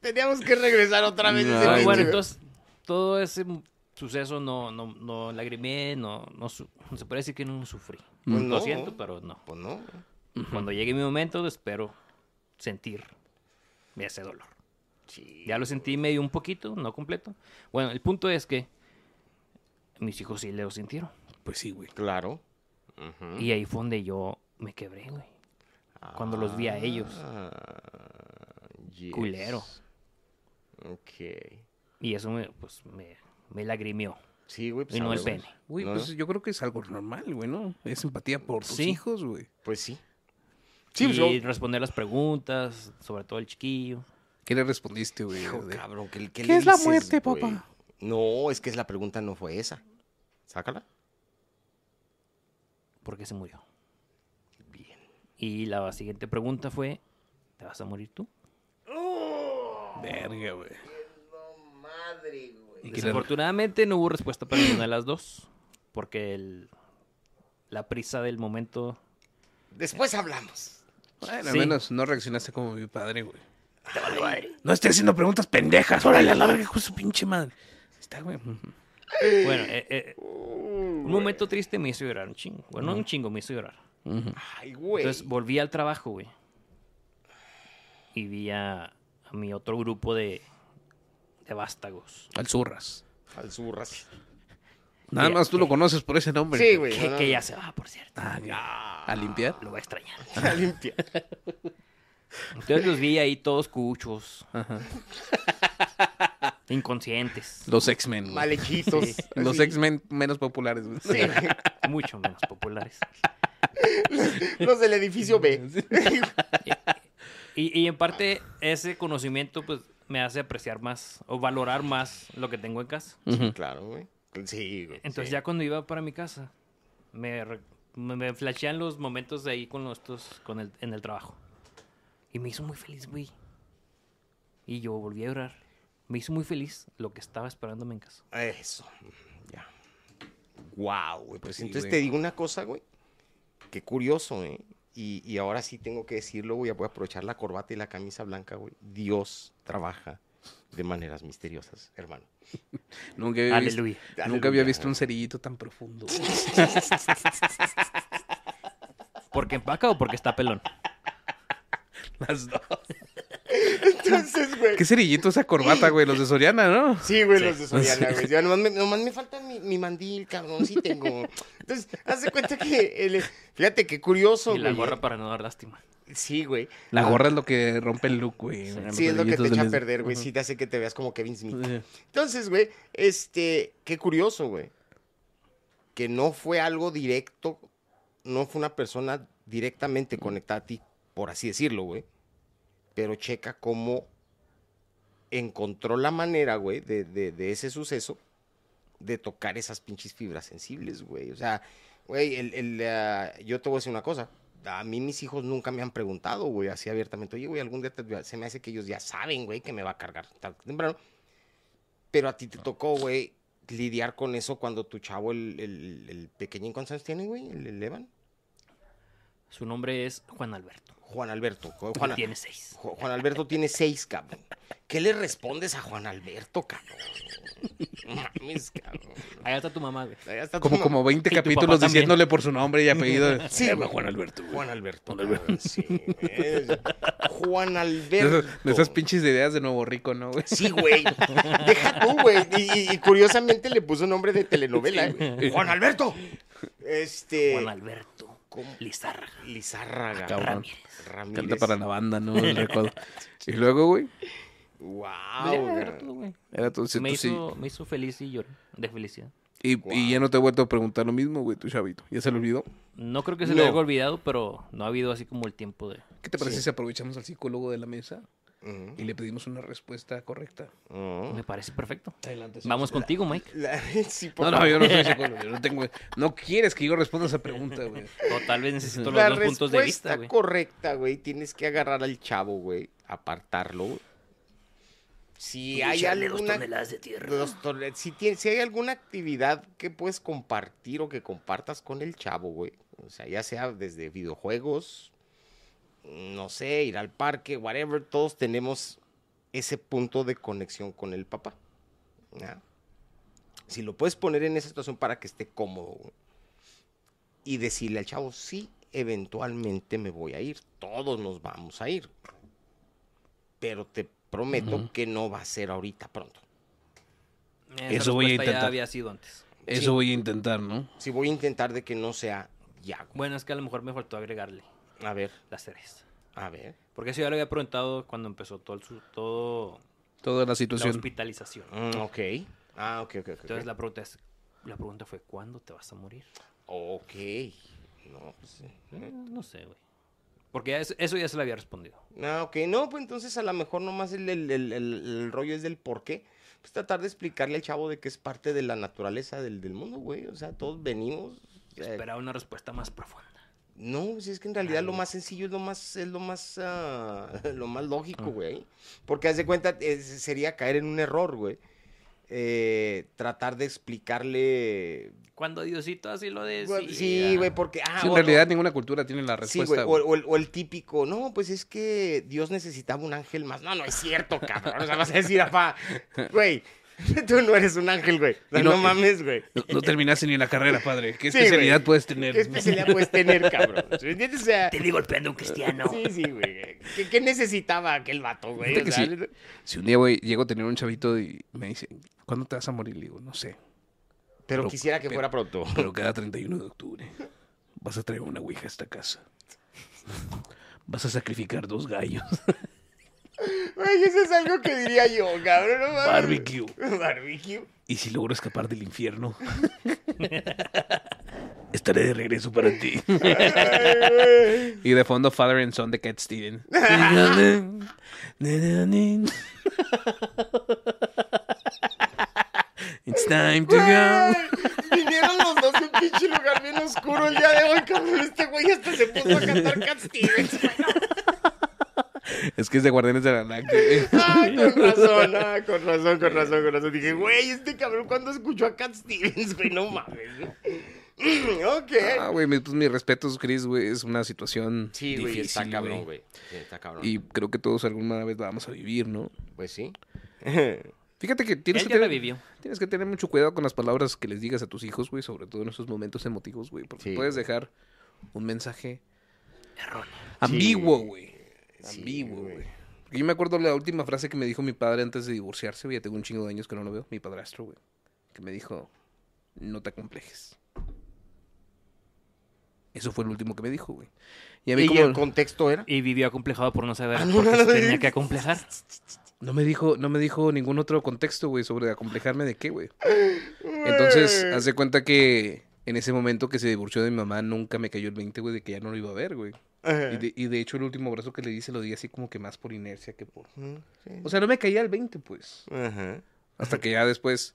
S2: Teníamos que regresar otra vez a ese
S3: No,
S2: pinche-
S4: bueno, entonces todo ese m- suceso no, no, no lagrimé, no, no, su- se puede decir que no sufrí.
S2: Pues
S4: Lo
S2: no.
S4: siento, pero no.
S2: Pues no.
S4: Cuando llegue mi momento espero sentir ese dolor.
S2: Sí.
S4: Ya lo sentí medio un poquito, no completo. Bueno, el punto es que mis hijos sí lo sintieron.
S3: Pues sí, güey.
S2: Claro. Ujú.
S4: Y ahí fue donde yo me quebré, güey. cuando los vi a ellos.
S2: Ah, yes.
S4: Culero.
S2: Ok.
S4: Y eso me, pues, me, me lagrimió.
S2: Sí, güey. Pues,
S4: Y no
S2: a
S4: el
S2: huevos.
S4: pene.
S3: Güey,
S2: No,
S3: pues
S2: no.
S3: yo creo que es algo normal, güey, ¿no? Es empatía por tus
S4: Sí.
S3: hijos, güey.
S2: Pues sí. Sí, pues,
S4: y
S2: yo-
S4: responder las preguntas, sobre todo el chiquillo.
S3: ¿Qué le respondiste, güey?
S2: Hijo,
S3: De-
S2: cabrón, ¿qué, qué,
S3: ¿Qué
S2: le
S3: es la
S2: dices,
S3: muerte,
S2: güey?
S3: papá?
S2: No, es que es la pregunta no fue esa. Sácala.
S4: ¿Por qué se murió?
S2: Bien.
S4: Y la siguiente pregunta fue, ¿te vas a morir tú? Pues
S3: Verga, güey.
S2: Madre, güey.
S3: ¿Y qué le-
S4: Desafortunadamente no hubo respuesta para ninguna de las dos, porque el- la prisa del momento...
S2: Después hablamos.
S3: Bueno, al
S4: Sí.
S3: menos no reaccionaste como mi padre, güey. No estoy haciendo preguntas pendejas. Órale, a la verga, hijo de su pinche madre. Está, güey.
S4: Bueno, eh, eh, un momento triste me hizo llorar un chingo. Bueno, no un chingo, me hizo llorar.
S2: Ay, güey.
S4: Entonces volví al trabajo, güey. Y vi a, a mi otro grupo de, de vástagos.
S3: Al Zurras.
S2: Al zurras.
S3: Nada
S4: Ya,
S3: más tú lo conoces por ese nombre.
S2: Sí, güey.
S4: que,
S2: no, no,
S4: que
S2: no.
S4: ya se va, por cierto.
S3: Ah, güey. a limpiar.
S4: Lo va a extrañar.
S2: Está limpia.
S4: Entonces los vi ahí todos cuchos. Inconscientes.
S3: Los X-Men. güey.
S2: Mal hechitos.
S4: Sí.
S3: Los
S2: Así.
S3: X-Men menos populares, güey.
S2: Sí.
S4: Mucho menos populares.
S2: Los del edificio B.
S4: Y, y en parte ese conocimiento pues me hace apreciar más o valorar más lo que tengo en casa.
S3: Ujú.
S2: Claro, güey. Pues Sí, güey.
S4: Entonces
S2: sí.
S4: ya cuando iba para mi casa me, re- me, me flashean los momentos de ahí con los estos- con el, en el trabajo. Y me hizo muy feliz, güey. Y yo volví a llorar. Me hizo muy feliz lo que estaba esperándome en casa.
S2: Eso. Ya. Wow, güey. Pues
S3: sí,
S2: entonces
S3: güey.
S2: te digo una cosa, güey. Qué curioso, ¿eh? Y, y ahora sí tengo que decirlo, güey. Voy a aprovechar la corbata y la camisa blanca, güey. Dios trabaja de maneras misteriosas, hermano.
S3: Nunca había visto,
S4: Aleluya.
S2: Aleluya.
S3: nunca había visto un cerillito tan profundo. güey.
S4: ¿Porque empaca o porque está pelón?
S3: Las dos.
S2: Entonces, güey.
S3: ¿Qué cerillito esa corbata, güey? Los de Soriana, ¿no?
S2: Sí, güey, los de Soriana, güey. Ya nomás me, nomás me falta mi, mi mandil, cabrón. Sí tengo. Entonces, haz de cuenta que. el- fíjate qué curioso,
S4: Y la
S2: güey.
S4: gorra para no dar lástima.
S2: Sí, güey. Ah,
S3: La gorra es lo que rompe el look, güey. Los
S2: Sí, es lo que te
S3: cerillitos
S2: echa a
S3: del-
S2: perder, güey. Sí, te hace que te veas como Kevin Smith.
S3: Sí.
S2: Entonces, güey, este, qué curioso, güey. Que no fue algo directo, no fue una persona directamente conectada a ti, por así decirlo, güey. Pero checa cómo encontró la manera, güey, de, de- de ese suceso de tocar esas pinches fibras sensibles, güey. O sea, güey, el, el, ah, yo te voy a decir una cosa. A mí mis hijos nunca me han preguntado, güey, así abiertamente. Oye, güey, algún día te- se me hace que ellos ya saben, güey, que me va a cargar tarde o temprano. Pero a ti te tocó, güey, lidiar con eso cuando tu chavo, el, el, el pequeñín, ¿cuántos años tiene, güey? El, el Evan.
S4: Su nombre es Juan Alberto.
S2: Juan Alberto. Ju-
S4: y
S2: Juan,
S4: tiene seis.
S2: Ju- Juan Alberto tiene seis, cabrón. ¿Qué le respondes a Juan Alberto, cabrón? No Mames, cabrón.
S4: Allá está tu mamá, güey.
S2: Allá está tu
S3: Como,
S2: mamá.
S3: como 20
S4: Y tu papá
S3: capítulos
S4: también.
S3: diciéndole por su nombre y apellido.
S2: Sí,
S3: Eh,
S2: güey.
S3: Juan Alberto, güey.
S2: Juan Alberto. cabrón, sí, güey. Juan
S3: De
S2: Alberto.
S3: esas, de esas pinches ideas de nuevo rico, ¿no, güey?
S2: Sí, güey. Deja tú, güey. Y, y- y curiosamente le puso nombre de telenovela. güey. Juan Alberto. Este.
S4: Juan Alberto
S2: ¿cómo?
S4: Lizarra. Ah,
S2: Lizárraga.
S3: Cabrón.
S4: Ramírez.
S2: Ramírez.
S3: Canta para la banda, ¿no? El recodo. y luego, güey,
S4: Ya,
S2: Wow.
S4: era todo, güey.
S3: era todo cierto,
S4: me,
S3: sí.
S4: hizo, me hizo feliz y lloré de felicidad.
S3: Y,
S2: Guau.
S3: y ya no te he vuelto a preguntar lo mismo, güey, tu chavito. ¿Ya se lo olvidó?
S4: No creo que se
S2: No.
S4: le haya olvidado, pero no ha habido así como el tiempo de...
S3: ¿Qué te parece si aprovechamos al psicólogo de la mesa
S2: Ujú.
S3: y le pedimos una respuesta correcta?
S2: Ujú.
S4: Me parece perfecto.
S3: Adelante.
S4: Vamos contigo, Mike.
S2: mm. La- sí, por
S3: No, no,
S2: favor.
S3: yo no soy psicólogo. Yo no tengo. No quieres que yo responda esa pregunta, güey.
S4: O tal vez necesito los
S2: La
S4: dos puntos de vista,
S2: respuesta
S4: güey.
S2: correcta, güey. Tienes que agarrar al chavo, güey. Apartarlo, güey. Si hay alguna...
S4: de tierra.
S2: dos tole- si, tien- si hay alguna actividad que puedes compartir o que compartas con el chavo, güey. O sea, ya sea desde videojuegos, no sé, ir al parque, whatever. Todos tenemos ese punto de conexión con el papá. ¿ya? Si lo puedes poner en esa situación para que esté cómodo güey, y decirle al chavo, sí, eventualmente me voy a ir. Todos nos vamos a ir. Pero te prometo que no va a ser ahorita pronto.
S4: Esa
S3: Eso voy a
S4: respuesta
S3: intentar.
S4: Ya había sido antes.
S3: Eso
S2: Sí.
S3: voy a intentar, ¿no?
S2: Si voy a intentar de que no sea ya. güey.
S4: Bueno, es que a lo mejor me faltó agregarle
S2: A ver,
S4: las tres.
S2: a ver.
S4: Porque eso ya lo había preguntado cuando empezó todo, el su- todo
S3: Toda la
S4: la
S3: situación.
S4: hospitalización.
S2: Mm, ok. Ah, ok, ok, ok.
S4: Entonces la pregunta es, la pregunta fue, ¿cuándo te vas a morir?
S2: Ok. No, pues, sí.
S4: Eh, No sé, güey. Porque ya es- eso ya se lo había respondido.
S2: Ah, ok. No, pues entonces a lo mejor nomás el, el- el- el- el rollo es del por qué. Pues tratar de explicarle al chavo de que es parte de la naturaleza del, del mundo, güey. O sea, todos venimos. eh,
S4: Esperaba una respuesta más profunda.
S2: no, si es que en realidad lo más sencillo es lo más, es lo más, ah, lo más lógico, güey. Porque haz de cuenta, es- sería caer en un error, güey. Eh, tratar de explicarle.
S4: Cuando Diosito así lo decía.
S2: Sí, güey, porque. Ah,
S3: Eh, Sí, en
S2: o-
S3: realidad ninguna cultura tiene la
S2: Sí,
S3: respuesta.
S2: güey, o,
S3: güey.
S2: o el, o el típico, no, pues es que Dios necesitaba un ángel más. No, no es cierto, cabrón. O sea, vas a decir, apá, güey, tú no eres un ángel, güey. O sea,
S3: Y
S2: no,
S3: no-
S2: mames, güey.
S3: No, no terminaste ni la carrera, padre. ¿Qué
S2: Sí,
S3: especialidad
S2: güey.
S3: puedes
S2: ¿Qué
S3: tener?
S2: especialidad puedes tener, cabrón? ¿Sí me entiendes? O sea,
S4: Te di golpeando a un cristiano.
S2: sí, sí, güey. ¿Qué, qué necesitaba aquel vato, güey?
S3: Fíjate
S2: O
S3: que
S2: sea,
S3: sí. Si un día, güey, llego a tener un chavito y me dice, ¿cuándo te vas a morir? Le digo, no sé,
S2: Pero
S3: Pero-
S2: quisiera que
S3: pero-
S2: fuera pronto.
S3: pero cada 31 de octubre vas a traer una ouija a esta casa. Vas a sacrificar dos gallos.
S2: Güey, eso es algo que diría yo, cabrón. No mames.
S3: Barbecue.
S2: Barbecue.
S3: Y si logro escapar del infierno, estaré de regreso para ti. y de fondo, Father and Son de Cat Steven. It's time to
S2: Güey,
S3: go.
S2: Vinieron los dos a un pinche lugar bien oscuro el día de hoy, cabrón. Este güey hasta se puso a cantar Cat Stevens, güey.
S3: Es que es de Guardianes de la Galaxia.
S2: Ah, con razón, ah, con razón, con razón, con razón. Dije, güey, este cabrón, ¿cuándo escuchó a Cat Stevens, güey? No mames, güey. Ok.
S3: Ah, güey, mi- pues mis respetos, Chris, güey. Es una situación
S2: sí, güey,
S3: difícil,
S2: está cabrón, güey. Sí, está cabrón.
S3: Y creo que todos alguna vez la vamos a vivir, ¿no?
S2: Pues sí.
S3: Fíjate que tienes
S4: Él
S3: que
S4: ya la
S3: tener-
S4: vivió.
S3: Tienes que tener mucho cuidado con las palabras que les digas a tus hijos, güey, sobre todo en esos momentos emotivos, güey, porque
S2: Sí,
S3: puedes
S2: güey.
S3: dejar un mensaje
S4: Erróneo.
S3: ambiguo, güey.
S2: Sí,
S3: ambiguo,
S2: güey.
S3: güey. Porque yo me acuerdo la última frase que me dijo mi padre antes de divorciarse, güey, ya tengo un chingo de años que no lo veo, mi padrastro, güey, que me dijo, no te complejes. Eso fue el último que me dijo, güey. Y a mí
S2: ¿Y
S3: como-
S2: el contexto era?
S4: Y vivió acomplejado por no saber
S2: Ah,
S4: por
S2: no,
S4: qué
S2: no,
S4: se
S2: no,
S4: tenía
S2: no.
S4: que acomplejar.
S3: No me dijo, no me dijo ningún otro contexto, güey, sobre acomplejarme de qué, güey. Entonces,
S2: Güey.
S3: hace cuenta que en ese momento que se divorció de mi mamá, nunca me cayó el 20, güey, de que ya no lo iba a ver, güey.
S2: Ajá.
S3: Y de, y de hecho, el último abrazo que le di se lo di así como que más por inercia que por.
S2: Sí.
S3: O sea, no me caía el 20, pues.
S2: Ajá.
S3: Hasta que ya después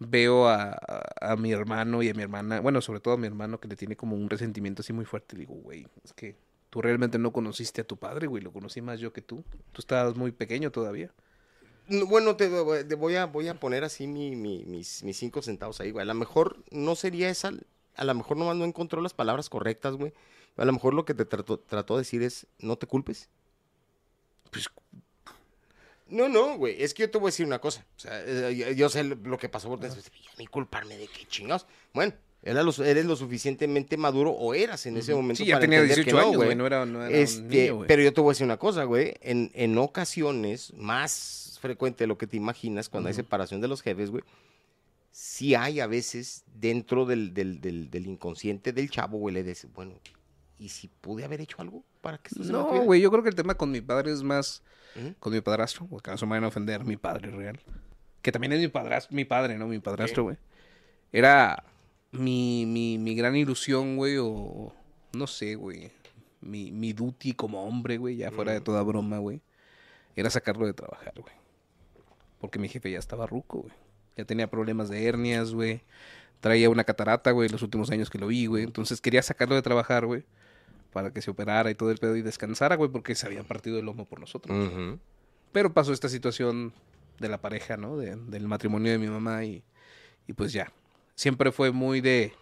S3: veo a, a- a mi hermano y a mi hermana, bueno, sobre todo a mi hermano que le tiene como un resentimiento así muy fuerte. Digo, güey, es que tú realmente no conociste a tu padre, güey, lo conocí más yo que tú. Tú estabas muy pequeño todavía.
S2: No, Bueno, te, te voy, a, voy a poner así mi- mi- mis, mis cinco centavos ahí, güey. A lo mejor no sería esa, a lo mejor nomás no encontró las palabras correctas, güey. A lo mejor lo que te trató, trató de decir es, no te culpes.
S3: Pues
S2: No, no, güey, es que yo te voy a decir una cosa. O sea, eh, yo, yo sé lo que pasó por dentro. A mí culparme de qué chingados. Bueno, era lo su- eres lo suficientemente maduro o eras en ese momento
S3: Sí, ya
S2: para
S3: tenía
S2: entender que
S3: 18
S2: no,
S3: años, güey. No era, no era un
S2: Este,
S3: niño, güey.
S2: pero yo te voy a decir una cosa, güey. En, en ocasiones, más frecuente de lo que te imaginas, cuando hay
S3: Ujú.
S2: separación de los jefes, güey, sí hay a veces dentro del, del- del- del inconsciente del chavo, güey, le dices, bueno, ¿y si pude haber hecho algo para que esto se
S3: No,
S2: mantuviera?"
S3: güey, yo creo que el tema con mi padre es más
S2: ¿Mm?
S3: con mi padrastro, o acaso me van a ofender mi padre real, que también es mi padrastro, mi padre, ¿no? Mi padrastro, güey. Era mi, mi, mi gran ilusión, güey, o no sé, güey. Mi, mi duty como hombre, güey, ya fuera de toda broma, güey. Era sacarlo de trabajar, güey. Porque mi jefe ya estaba ruco, güey. Ya tenía problemas de hernias, güey. Traía una catarata, güey, los últimos años que lo vi, güey. Entonces quería sacarlo de trabajar, güey. Para que se operara y todo el pedo y descansara, güey, porque se había partido el lomo por nosotros.
S2: Ujú.
S3: Pero pasó esta situación de la pareja, ¿no? De- del matrimonio de mi mamá y, y pues ya. Siempre fue muy de,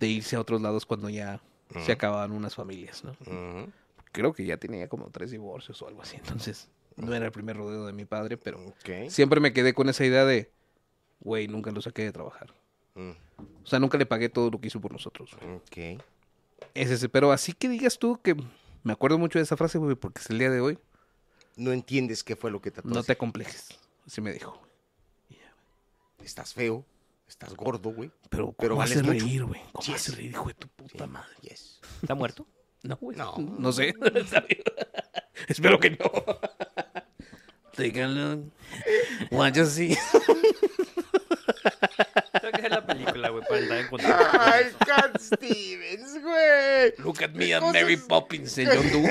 S3: de irse a otros lados cuando ya se acababan unas familias, ¿no?
S2: Ujú.
S3: Creo que ya tenía como tres divorcios o algo así. Entonces, no era el primer rodeo de mi padre, pero
S2: Ok.
S3: siempre me quedé con esa idea de, güey, nunca lo saqué de trabajar.
S2: Mm.
S3: O sea, nunca le pagué todo lo que hizo por nosotros. güey.
S2: Ok.
S3: Es ese, pero así que digas tú que me acuerdo mucho de esa frase, güey, porque es el día de hoy.
S2: no entiendes qué fue lo que te ató.
S3: No
S2: así.
S3: te complejes. Así me dijo.
S2: Estás feo, estás gordo, güey.
S3: Pero, ¿cómo
S2: Pero
S3: hace
S2: vales mucho.
S3: reír, güey? ¿Cómo
S2: Yes.
S3: hace reír, hijo de tu puta
S2: Sí.
S3: madre?
S2: Yes.
S4: ¿Está muerto?
S3: No, güey.
S2: No.
S3: No sé. Está bien. Espero que no. Take a look. Watch and see.
S4: Tengo que ver la película, güey, para entrar en contacto.
S2: ¡Ay, Cat Stevens, güey!
S3: Look at me and
S2: and Cosas-
S3: Mary
S2: Mary
S3: Poppins, señor tú.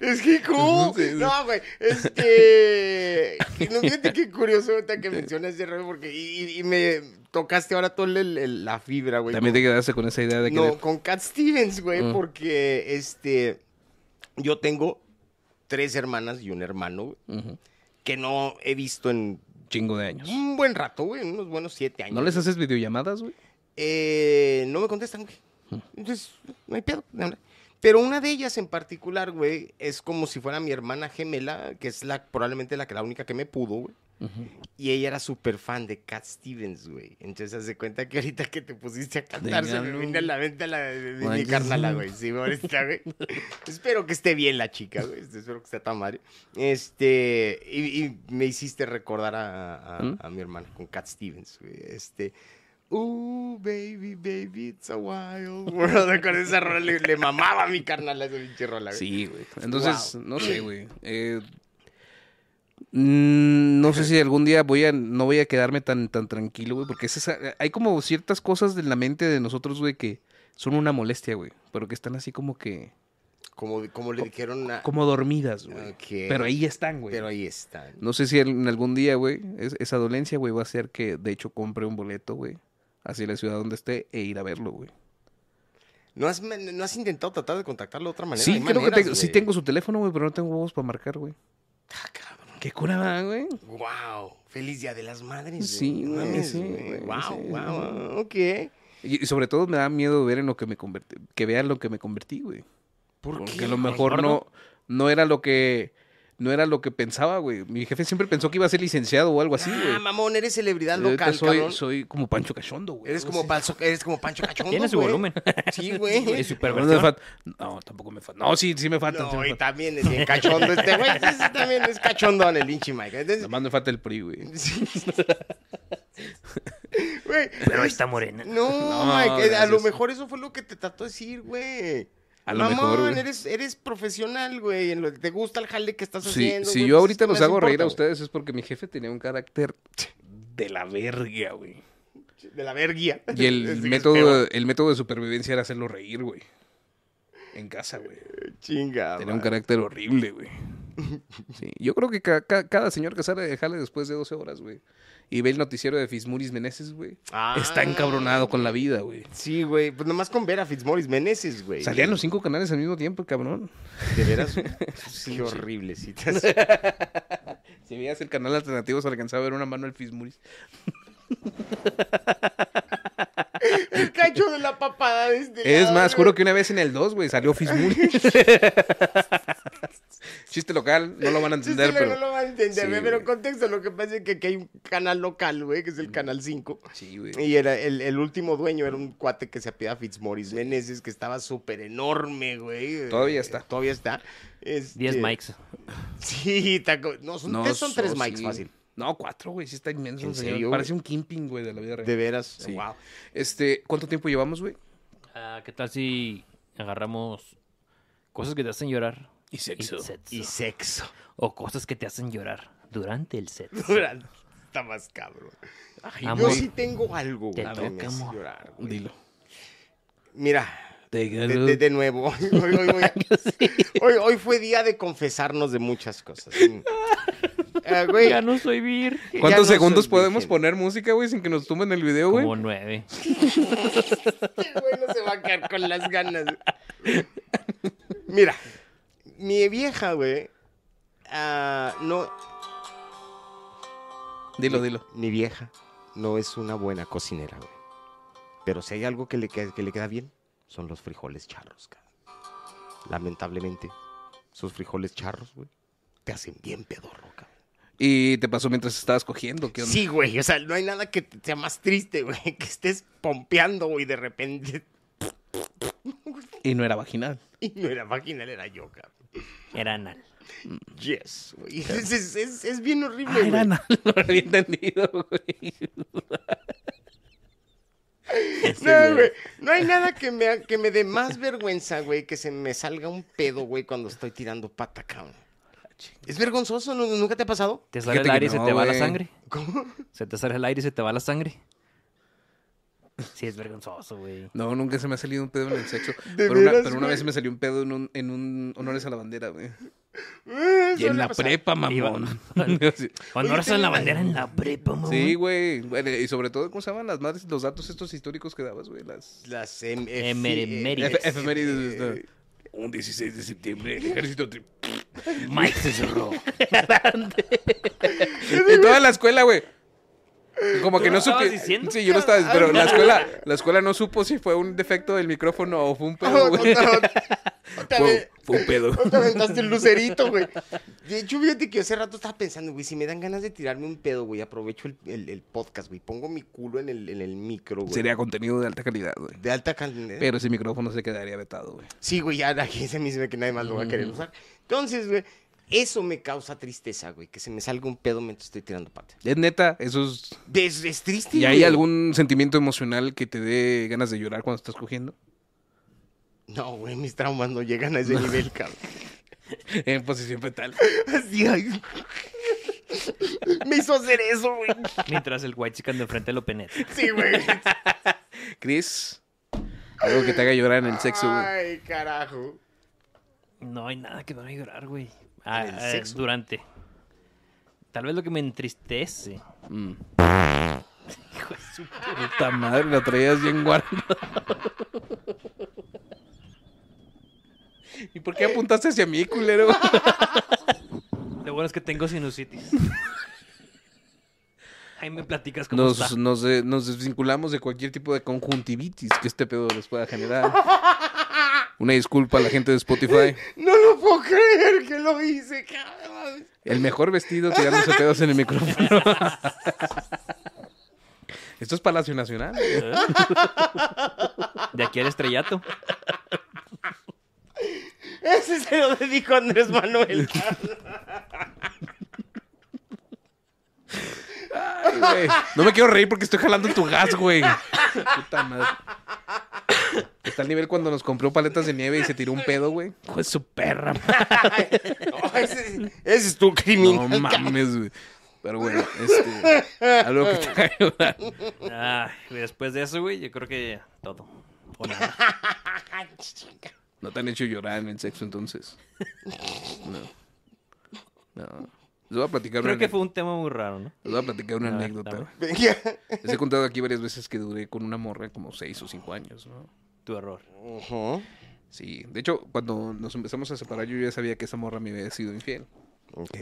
S2: Es que cool.
S3: Sí, sí.
S2: No, güey. Este. No, fíjate qué curioso ahorita que mencionas ese rollo porque. Y, y- y me tocaste ahora toda la fibra, güey.
S3: También te quedaste con esa idea de que...
S2: No, con Cat Stevens, güey,
S3: Mm.
S2: porque este. Yo tengo tres hermanas y un hermano güey,
S3: Ujú.
S2: que no he visto en
S3: Chingo de años.
S2: un buen rato, güey, en unos buenos siete años.
S3: ¿No les haces videollamadas, güey?
S2: Eh, no me contestan, güey. Entonces, no hay pedo. no, no. Pero una de ellas en particular, güey, es como si fuera mi hermana gemela, que es la probablemente la, que- la única que me pudo, güey. Y ella era súper fan de Cat Stevens, güey. Entonces, haz de cuenta que ahorita que te pusiste a cantar, se me
S3: Venga,
S2: vino a la venta la de, de mi
S3: Manches.
S2: carnala, güey. Sí, ahorita, güey. Espero que esté bien la chica, güey. Este, Espero que esté tan madre. Este, y, y me hiciste recordar a, a-
S3: ¿Mm?
S2: a mi hermana con Cat Stevens, güey. Este, Uh, baby, baby, it's a wild world. Con esa rola le, le mamaba a mi carnal a esa pinche rola, güey.
S3: Sí, güey. Entonces,
S2: Wow.
S3: no sé, güey. Eh, mm, no sé si algún día voy a, no voy a quedarme tan, tan tranquilo, güey, porque es esa- hay como ciertas cosas de la mente de nosotros, güey, que son una molestia, güey, pero que están así como que,
S2: Como, como le dijeron a...
S3: como dormidas, güey.
S2: Ok.
S3: Pero ahí están, güey.
S2: Pero ahí está.
S3: No sé si al- en algún día, güey, es- esa dolencia, güey, va a ser que de hecho compre un boleto, güey, hacia la ciudad donde esté e ir a verlo, güey.
S2: ¿No has, ¿No has intentado tratar de contactarlo de otra manera?
S3: Sí,
S2: Hay
S3: creo que
S2: maneras,
S3: tengo- sí
S2: güey.
S3: tengo su teléfono, güey, pero no tengo huevos para marcar, güey.
S2: Ah, cabrón.
S3: Qué curada, güey.
S2: Wow. Feliz Día de las Madres. güey.
S3: Sí,
S2: No
S3: güey,
S2: mames,
S3: sí,
S2: güey.
S3: güey,
S2: Wow,
S3: sí, sí,
S2: wow. Ok.
S3: Y y sobre todo me da miedo ver en lo que me convertí, que vean lo que me convertí, güey.
S2: ¿Por
S3: Porque
S2: qué,
S3: a lo
S2: güey?
S3: mejor no, no era lo que, no era lo que pensaba, güey. Mi jefe siempre pensó que iba a ser licenciado o algo así,
S2: Ah,
S3: güey.
S2: mamón, eres celebridad
S3: Y ahorita
S2: local,
S3: soy,
S2: cabrón.
S3: soy como Pancho Cachondo, güey.
S2: Eres
S3: No
S2: como,
S3: sé.
S2: Pancho- eres como Pancho Cachondo,
S4: Tiene su
S2: güey.
S4: volumen.
S2: Sí, güey.
S4: Es su
S3: Pero no,
S4: perversión.
S3: me falta- no, tampoco me falta. No, sí, sí me falta.
S2: No, y también es bien cachondo este güey. Sí, sí, también es cachondón el hinchi Mike. Entonces,
S3: Nomás me falta el PRI, güey.
S2: sí. Güey,
S4: Pero está morena.
S2: No,
S3: No,
S2: Mike, eh, a
S3: gracias.
S2: lo mejor eso fue lo que te trató de decir, güey.
S3: A lo mejor, güey.
S2: eres, eres profesional, güey. en lo- Te gusta el jale que estás
S3: Si,
S2: haciendo.
S3: si
S2: güey,
S3: yo
S2: pues,
S3: ahorita
S2: ¿qué
S3: los
S2: más
S3: hago reír a
S2: importa,
S3: ustedes es porque mi jefe tenía un carácter de la verga, güey.
S2: güey? De la verguía.
S3: Y
S2: Sí,
S3: el
S2: es
S3: método,
S2: peor.
S3: el método de supervivencia era hacerlo reír, güey. En casa, güey.
S2: Chinga.
S3: Tenía un
S2: madre.
S3: carácter horrible, güey. Sí, yo creo que ca- ca- cada señor que sale de jale después de 12 horas, güey, y ve el noticiero de Fismuris Meneses, güey,
S2: Ah.
S3: está encabronado con la vida, güey.
S2: Sí, güey. Pues nomás con ver a Fitzmaurice Meneses, güey.
S3: Salían los cinco canales al mismo tiempo, cabrón.
S2: De veras. Qué horrible, sí. te-
S3: Si veías el canal alternativo, se alcanzaba a ver una mano al Fismuris.
S2: El cacho de la papada de este
S3: Es
S2: lado,
S3: más,
S2: güey.
S3: juro que una vez en el 2, güey, salió Fismuris. Chiste local, no lo van a
S2: Sí, sí,
S3: entender,
S2: no,
S3: pero...
S2: no lo van a entender,
S3: Sí,
S2: güey, pero
S3: güey.
S2: contexto, lo que pasa es que aquí hay un canal local, güey, que es el Canal 5.
S3: Sí, güey.
S2: Y era el, el último dueño era un cuate que se apellida Fitzmaurice Meneses, que estaba súper enorme, güey.
S3: Todavía
S2: Eh,
S3: está.
S2: Todavía está. Este,
S4: 10 mics.
S2: Sí, está co- no, son, tres, Pues, son
S3: so-
S2: tres mics
S3: sí.
S2: fácil.
S3: No, cuatro, güey. Sí está inmenso.
S2: ¿En
S3: el señor.
S2: serio, güey?
S3: Parece un kimping, güey, de la vida real.
S2: De veras.
S3: Sí.
S2: Wow.
S3: Este, ¿cuánto tiempo llevamos, güey?
S4: Ah, ¿Qué tal si agarramos cosas que te hacen llorar?
S3: Y sexo.
S4: Y sexo.
S2: Y sexo.
S4: O cosas que te hacen llorar durante el Ah, set.
S2: está más cabrón. Yo
S4: Amor,
S2: sí tengo algo,
S4: Te
S2: güey, que me
S4: toca,
S2: hace
S4: amor.
S2: llorar, güey.
S3: Dilo.
S2: Mira, De, de- de nuevo, hoy, hoy- hoy voy a- hoy- hoy fue día de confesarnos de muchas cosas. Ah, güey,
S4: ya no soy vir.
S3: ¿Cuántos
S2: ya no
S3: segundos
S2: soy
S3: podemos
S2: virgen.
S3: poner música, güey, sin que nos tumben el video, güey?
S4: Como nueve.
S2: Este güey no se va a quedar con las ganas. Mira, mi vieja, güey, ah, no,
S3: Dilo, dilo.
S2: mi vieja no es una buena cocinera, güey. Pero si hay algo que le, que- que le queda bien, son los frijoles charros, cabrón. Lamentablemente, esos frijoles charros, güey, te hacen bien pedorro, cabrón.
S3: Y te pasó mientras estabas cogiendo, ¿qué onda?
S2: Sí, güey, o sea, no hay nada que te- sea más triste, güey, que estés pompeando, güey, de repente.
S3: Y no era vaginal.
S2: Y no era vaginal, era yo, cabrón.
S4: Era anal.
S2: Yes, güey. Es, es- es- es bien horrible,
S3: Ah,
S2: güey.
S3: era anal. No lo había entendido, güey. Este,
S2: No, güey. No hay nada que me, ha- que me dé más vergüenza, güey, que se me salga un pedo, güey, cuando estoy tirando pata, cabrón. Es vergonzoso, ¿nu- ¿nunca te ha pasado?
S4: Te sale el
S3: Fíjate que
S4: aire y se
S3: no,
S4: te va la
S3: güey.
S4: sangre.
S2: ¿Cómo?
S4: Se te sale el aire y se te va la sangre. Sí, es vergonzoso, güey.
S3: No, nunca se me ha salido un pedo en el sexo.
S2: ¿De
S3: Pero una,
S2: veras,
S3: pero una
S2: güey?
S3: vez se me salió un pedo en un, en un honores a la bandera, güey. Y
S2: Eh,
S3: en
S2: suele
S3: la
S2: pasar.
S3: prepa,
S4: Iba-
S3: mamón. Sí.
S4: Cuando
S2: Oye,
S4: ahora en la
S2: tenía-
S4: bandera en la prepa, mamón.
S3: Sí, güey. Bueno, Y sobre todo, ¿cómo se llaman las madres? Los datos estos históricos que dabas, güey. Las
S2: Las em- efi-
S4: Emerimérides.
S2: efe- eh,
S3: efe-
S2: efemérides.
S3: efemérides. ¿no? Un 16 de septiembre, el ejército tri-
S4: Mike se cerró.
S3: Y toda la escuela, güey. Como que
S4: lo
S3: no supe.
S4: estabas diciendo? Ah.
S3: Sí, yo lo estaba pero la escuela, la escuela no supo si fue un defecto del micrófono o fue un
S2: Ah,
S3: pedo, güey.
S2: otra- otra- otra vez.
S3: Fue, fue un pedo.
S2: No te aventaste el lucerito, güey. De hecho, fíjate que hace rato estaba pensando, güey, si me dan ganas de tirarme un pedo, güey, aprovecho el, el- el podcast, güey. Pongo mi culo en el, en el micro, güey.
S3: Sería contenido de alta calidad, güey.
S2: De alta calidad.
S3: Pero ese micrófono se quedaría vetado, güey.
S2: Sí, güey, ya aquí se me dice que nadie más lo va a querer
S3: Mm.
S2: usar. Entonces, güey, eso me causa tristeza, güey, que se me salga un pedo mientras estoy tirando pata.
S3: Es neta, eso es...
S2: Es, es triste.
S3: ¿Y hay
S2: güey.
S3: algún sentimiento emocional que te dé ganas de llorar cuando estás cogiendo?
S2: No, güey, mis traumas no llegan a ese nivel, cabrón.
S3: En posición fetal.
S2: Así, ay. Me hizo hacer eso, güey.
S4: Mientras el white chicken de enfrente lo penetra.
S2: Sí, güey.
S3: Chris, algo que te haga llorar en el sexo, güey.
S2: Ay, carajo.
S4: No hay nada que me haga llorar, güey. Ah,
S2: el
S4: ah,
S2: sexo.
S4: durante. Tal vez lo que me entristece.
S3: Mm.
S4: Hijo de su-
S3: Puta madre, la traías bien guardada. ¿Y por qué apuntaste hacia mí, culero?
S4: Lo bueno es que tengo sinusitis. Ahí me platicas cómo
S3: Nos,
S4: está.
S3: nos, eh, nos desvinculamos de cualquier tipo de conjuntivitis que este pedo les pueda generar. Una disculpa a la gente de Spotify.
S2: No lo puedo creer que lo hice, cabrón.
S3: El mejor vestido tirándose pedos en el micrófono. Esto es Palacio Nacional.
S4: De aquí al estrellato.
S2: Ese se lo dedico a Andrés Manuel.
S3: Ay, güey. No me quiero reír porque estoy jalando tu gas, güey. Puta madre. Está al nivel cuando nos compró paletas de nieve y se tiró un pedo, güey. Pues su perra.
S2: No, ese, ese es tu
S3: No
S2: criminal. cabrón.
S3: mames, güey. Pero bueno, este. Algo que te haga llorar.
S4: Ah, y después de eso, güey, yo creo que todo. O nada.
S3: No te han hecho llorar en el sexo entonces. No. No. Les voy a platicar
S4: Creo
S3: una
S4: que
S3: anécdota.
S4: fue un tema muy raro, ¿no?
S3: Les voy a platicar una
S4: A ver, dame.
S3: anécdota.
S2: Venga.
S3: Les he contado aquí varias veces que duré con una morra como seis o cinco años, ¿no?
S4: Tu error.
S2: Ujú.
S3: Sí. De hecho, cuando nos empezamos a separar, yo ya sabía que esa morra me había sido infiel.
S2: Ok.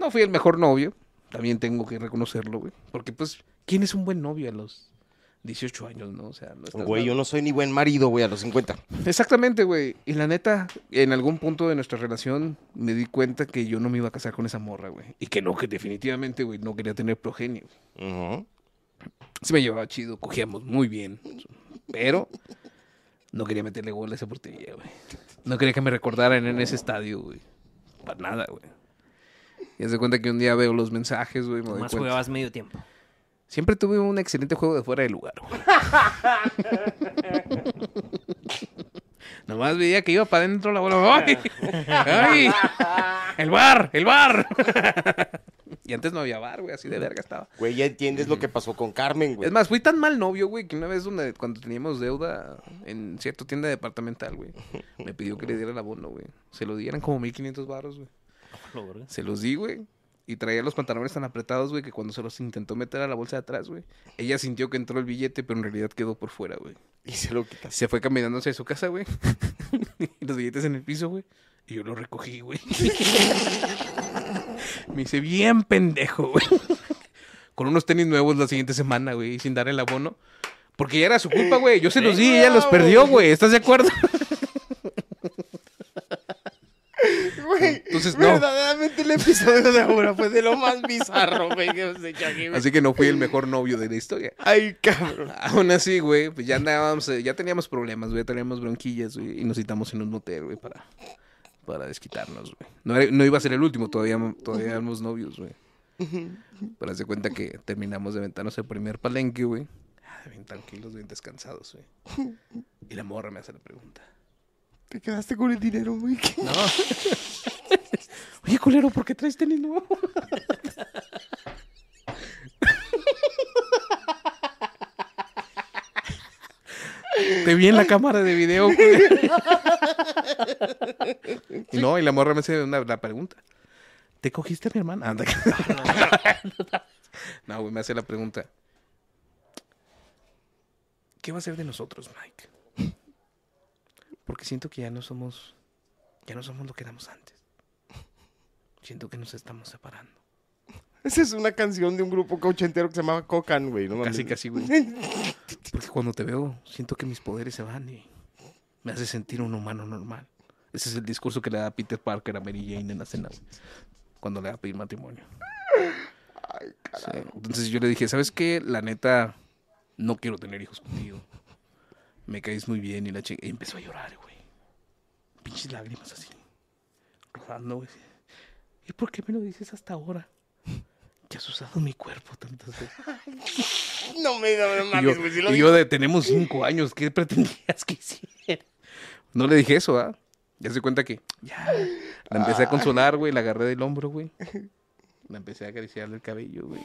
S3: No fui el mejor novio. También tengo que reconocerlo, güey. Porque, pues, ¿quién es un buen novio a los 18 años, no? O sea, no estás
S2: Güey,
S3: mal.
S2: yo no soy ni buen marido, güey, a los 50.
S3: Exactamente, güey. Y la neta, en algún punto de nuestra relación me di cuenta que yo no me iba a casar con esa morra, güey. Y que no, que definitivamente, güey, no quería tener progenio.
S2: Ujú.
S3: Se me llevaba chido, cogíamos muy bien. Pero no quería meterle gol a esa portería, güey. No quería que me recordaran en ese estadio, güey. Para nada, güey. Y se cuenta que un día veo los mensajes, güey. me doy
S4: Más
S3: cuenta.
S4: jugabas medio tiempo.
S3: Siempre tuve un excelente juego de fuera de lugar, güey. Nomás veía que iba para adentro la bola. ¡Ay! ¡Ay! ¡El bar! ¡El bar! y antes no había bar, güey, así de verga estaba.
S2: Güey, ya entiendes lo que pasó con Carmen, güey.
S3: Es más, fui tan mal novio, güey, que una vez donde, cuando teníamos deuda en cierta tienda departamental, güey, me pidió que le diera el abono, güey. Se lo dieran como 1500 baros, güey.
S4: Lo verga.
S3: Se los di, güey. Y traía los pantalones tan apretados, güey, que cuando se los intentó meter a la bolsa de atrás, güey, ella sintió que entró el billete, pero en realidad quedó por fuera, güey.
S2: Y se lo quitas.
S3: Se fue caminando hacia su casa, güey. Y los billetes en el piso, güey. Y yo los recogí, güey. Me hice bien pendejo, güey. Con unos tenis nuevos la siguiente semana, güey, y sin dar el abono. Porque ya era su culpa, güey. Yo se los di y ella los perdió, güey. ¿Estás de acuerdo?
S2: Güey,
S3: Entonces, no.
S2: verdaderamente el episodio de ahora fue de lo más bizarro, güey, que hemos hecho aquí, güey.
S3: Así que no fui el mejor novio de la historia.
S2: Ay, cabrón.
S3: Aún así, güey, pues ya andábamos, eh, ya teníamos problemas, güey, teníamos bronquillas, güey, y nos citamos en un motel, güey, para, para desquitarnos, güey. No, era- no iba a ser el último, todavía, todavía éramos novios, güey. Pero haz de cuenta que terminamos de aventarnos el primer palenque, güey. Ah, Bien tranquilos, bien descansados, güey. Y la morra me hace la pregunta.
S2: Te quedaste con el dinero, güey.
S3: No. Oye, culero, ¿por qué traes tenis nuevo? Te vi en la cámara de video, culero. Y No, y la morra me hace una, la pregunta. ¿Te cogiste a mi hermana? Anda. No, güey, me hace la pregunta. ¿Qué va a ser de nosotros, Mike? Porque siento que ya no somos ya no somos lo que éramos antes. Siento que nos estamos separando.
S2: Esa es una canción de un grupo cauchentero que se llamaba Cocan, güey. No mames.
S3: Casi, casi, güey. Porque cuando te veo, siento que mis poderes se van y me hace sentir un humano normal. Ese es el discurso que le da Peter Parker a Mary Jane en la cena güey, cuando le va a pedir matrimonio. Sí. Entonces yo le dije, ¿sabes qué? La neta, no quiero tener hijos contigo. Me caes muy bien y la chica... Y empezó a llorar, güey. Pinches lágrimas así. Rodando, güey. ¿Y por qué me lo dices hasta ahora? Que has usado mi cuerpo tantas veces.
S2: No me no, no
S3: Y yo,
S2: mames, güey. Si lo
S3: y
S2: digo.
S3: yo de, tenemos cinco años, ¿qué pretendías que hiciera? No le dije eso, ¿ah? Ya se cuenta que ya. La empecé a consolar, güey, la agarré del hombro, güey. La empecé a acariciarle el cabello, güey.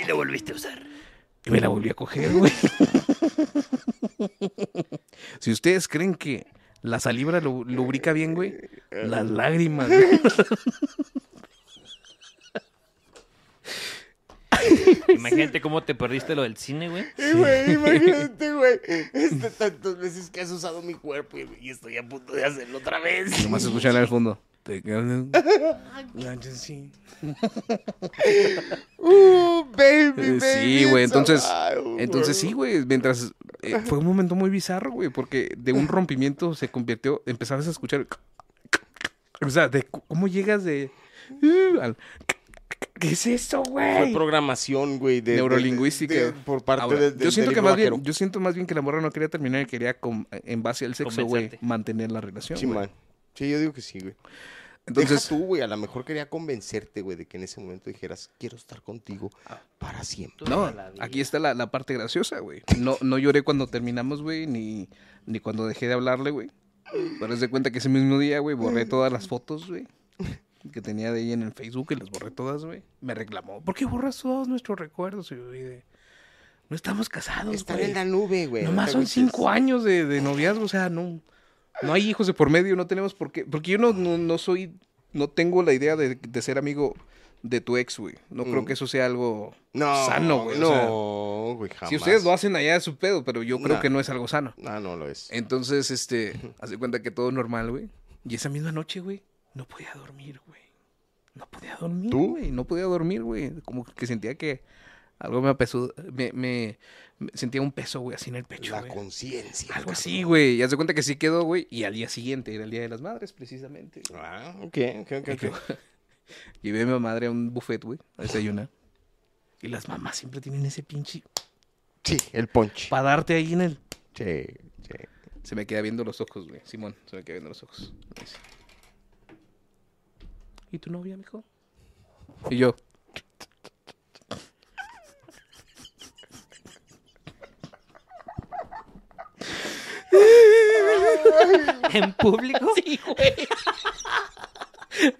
S4: Y lo volviste a usar.
S3: Y me la volví a coger, güey. si ustedes creen que la saliva lu- lubrica bien, güey, las lágrimas. güey.
S4: Imagínate cómo te perdiste lo del cine, güey.
S2: Eh, güey, imagínate, güey. Este, tantas veces que has usado mi cuerpo y, y estoy a punto de hacerlo otra vez.
S3: Nomás escuchan al fondo. Te
S2: Uh, baby,
S3: Eh,
S2: baby.
S3: Sí, güey,
S2: it's
S3: entonces,
S2: alive,
S3: entonces sí, güey, mientras eh, fue un momento muy bizarro, güey, porque de un rompimiento se convirtió, empezabas a escuchar, o sea, de cu- cómo llegas de, uh, al- ¿qué es eso,
S2: Fue
S3: güey?
S2: programación, güey. De, de-
S3: Neurolingüística.
S2: de- por parte
S3: Ahora,
S2: de, de-
S3: yo siento
S2: del
S3: que
S2: libro
S3: más bien,
S2: vaquero.
S3: yo siento más bien que la morra no quería terminar y quería con- en base al sexo, güey,
S4: Convencerte.
S3: mantener la relación.
S2: Sí,
S3: güey.
S2: man. Sí, yo digo que sí, güey. Deja
S3: Entonces,
S2: tú, güey, a lo mejor quería convencerte, güey, de que en ese momento dijeras, quiero estar contigo
S3: Ah.
S2: para siempre.
S3: No,
S4: Toda la vida.
S3: aquí está la, la parte graciosa, güey. No, no lloré cuando terminamos, güey, ni, ni cuando dejé de hablarle, güey. Pero haz de cuenta que ese mismo día, güey, borré todas las fotos, güey, que tenía de ella en el Facebook y las borré todas, güey. Me reclamó, ¿por qué borras todos nuestros recuerdos? Y yo dije, no estamos casados,
S2: Estar
S3: güey.
S2: en la nube, güey. no
S3: Nomás
S2: te
S3: son
S2: agüites.
S3: cinco años de, de noviazgo, o sea, no, no hay hijos de por medio, no tenemos por qué. Porque yo no, no, no soy, no tengo la idea de, de ser amigo de tu ex, güey. No creo
S2: Mm.
S3: que eso sea algo
S2: No,
S3: sano, güey. o sea,
S2: No, güey, jamás.
S3: si ustedes lo hacen allá es su pedo, pero yo creo
S2: Nah.
S3: que no es algo sano.
S2: Ah, no lo es.
S3: Entonces, este, hace cuenta que todo normal, güey. Y esa misma noche, güey, no podía dormir, güey. No podía dormir,
S2: ¿Tú?
S3: güey. No podía dormir, güey. Como que sentía que algo me apesó, me, me- me sentía un peso, güey, así en el pecho,
S2: La
S3: güey.
S2: conciencia.
S3: Algo
S2: cabrón.
S3: así, güey. Y hace cuenta que sí quedó, güey. Y al día siguiente, era el Día de las Madres, precisamente.
S2: Ah, ok, ok, ok.
S3: Yo-
S2: ok.
S3: Llevé a mi madre a un buffet, güey, a desayunar. Y las mamás siempre tienen ese pinche
S2: Sí, el punch.
S3: para darte ahí en el...
S2: Sí, sí.
S3: Se me queda viendo los ojos, güey. Simón, se me queda viendo los ojos. Me dice, ¿Y tu novia, mijo? Y yo.
S4: ¿En público?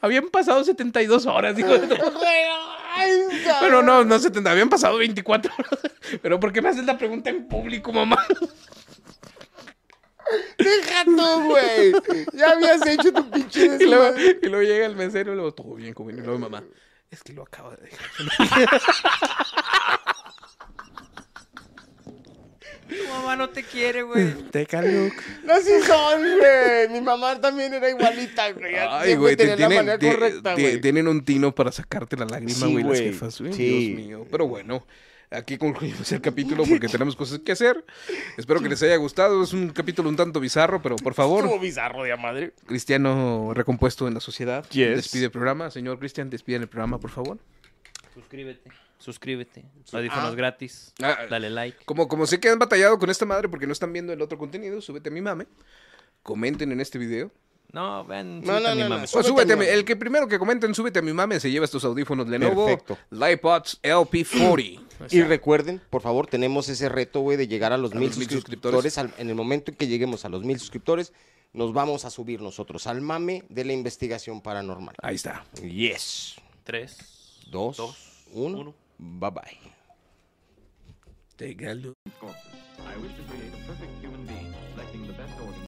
S3: Habían pasado 72 horas, dijo. Bueno, no, no 70, habían pasado 24 horas. Pero ¿por qué me haces la pregunta en público, mamá?
S2: Deja tú, güey. Ya habías hecho tu pinche
S3: Y luego,
S2: desmadre.
S3: y luego llega el mesero y luego, todo bien, joven. Y luego mi mamá, es que lo acaba de dejar.
S4: Tu mamá no te quiere, güey.
S3: Te callo.
S2: No, sí son, güey. Mi mamá también era igualita, güey.
S3: Ay, güey, te
S2: tenía la
S3: tienen,
S2: manera
S3: te-
S2: correcta,
S3: te-
S2: güey.
S3: tienen un tino para sacarte la lágrima,
S2: Sí,
S3: güey, las
S2: güey,
S3: jefas, güey.
S2: sí.
S3: Dios mío. Pero bueno, aquí concluimos el capítulo porque tenemos cosas que hacer. Espero que les haya gustado. Es un capítulo un tanto bizarro, pero por favor,
S2: Estuvo bizarro de la madre.
S3: Cristiano recompuesto en la sociedad.
S2: Yes.
S3: Despide el programa. Señor Cristian, despiden el programa, por favor.
S4: Suscríbete. Suscríbete. Audífonos gratis.
S3: Ah.
S4: Dale like.
S3: Como, como sé que han batallado con esta madre porque no están viendo el otro contenido, súbete a mi mame. Comenten en este video.
S4: No, ven,
S2: No,
S4: súbete a
S2: no,
S4: mi
S2: no, no,
S4: mame.
S2: su-
S3: O súbete,
S2: Súbete a mi-
S3: el que primero que comenten, súbete a mi mame, se lleva estos audífonos Lenovo.
S2: Perfecto.
S3: LiPods LP40.
S2: Y recuerden, por favor, tenemos ese reto, güey, de llegar a los
S3: Pues A
S2: mil
S3: los mil
S2: suscriptores. Al- en el momento en que lleguemos a los mil suscriptores, nos vamos a subir nosotros al mame de la investigación paranormal.
S3: Ahí está.
S2: Yes.
S4: Tres.
S2: Dos,
S4: Dos,
S2: uno.
S4: uno.
S2: Bye bye.
S3: Te galo.
S5: sculptors. I wish to create a perfect human.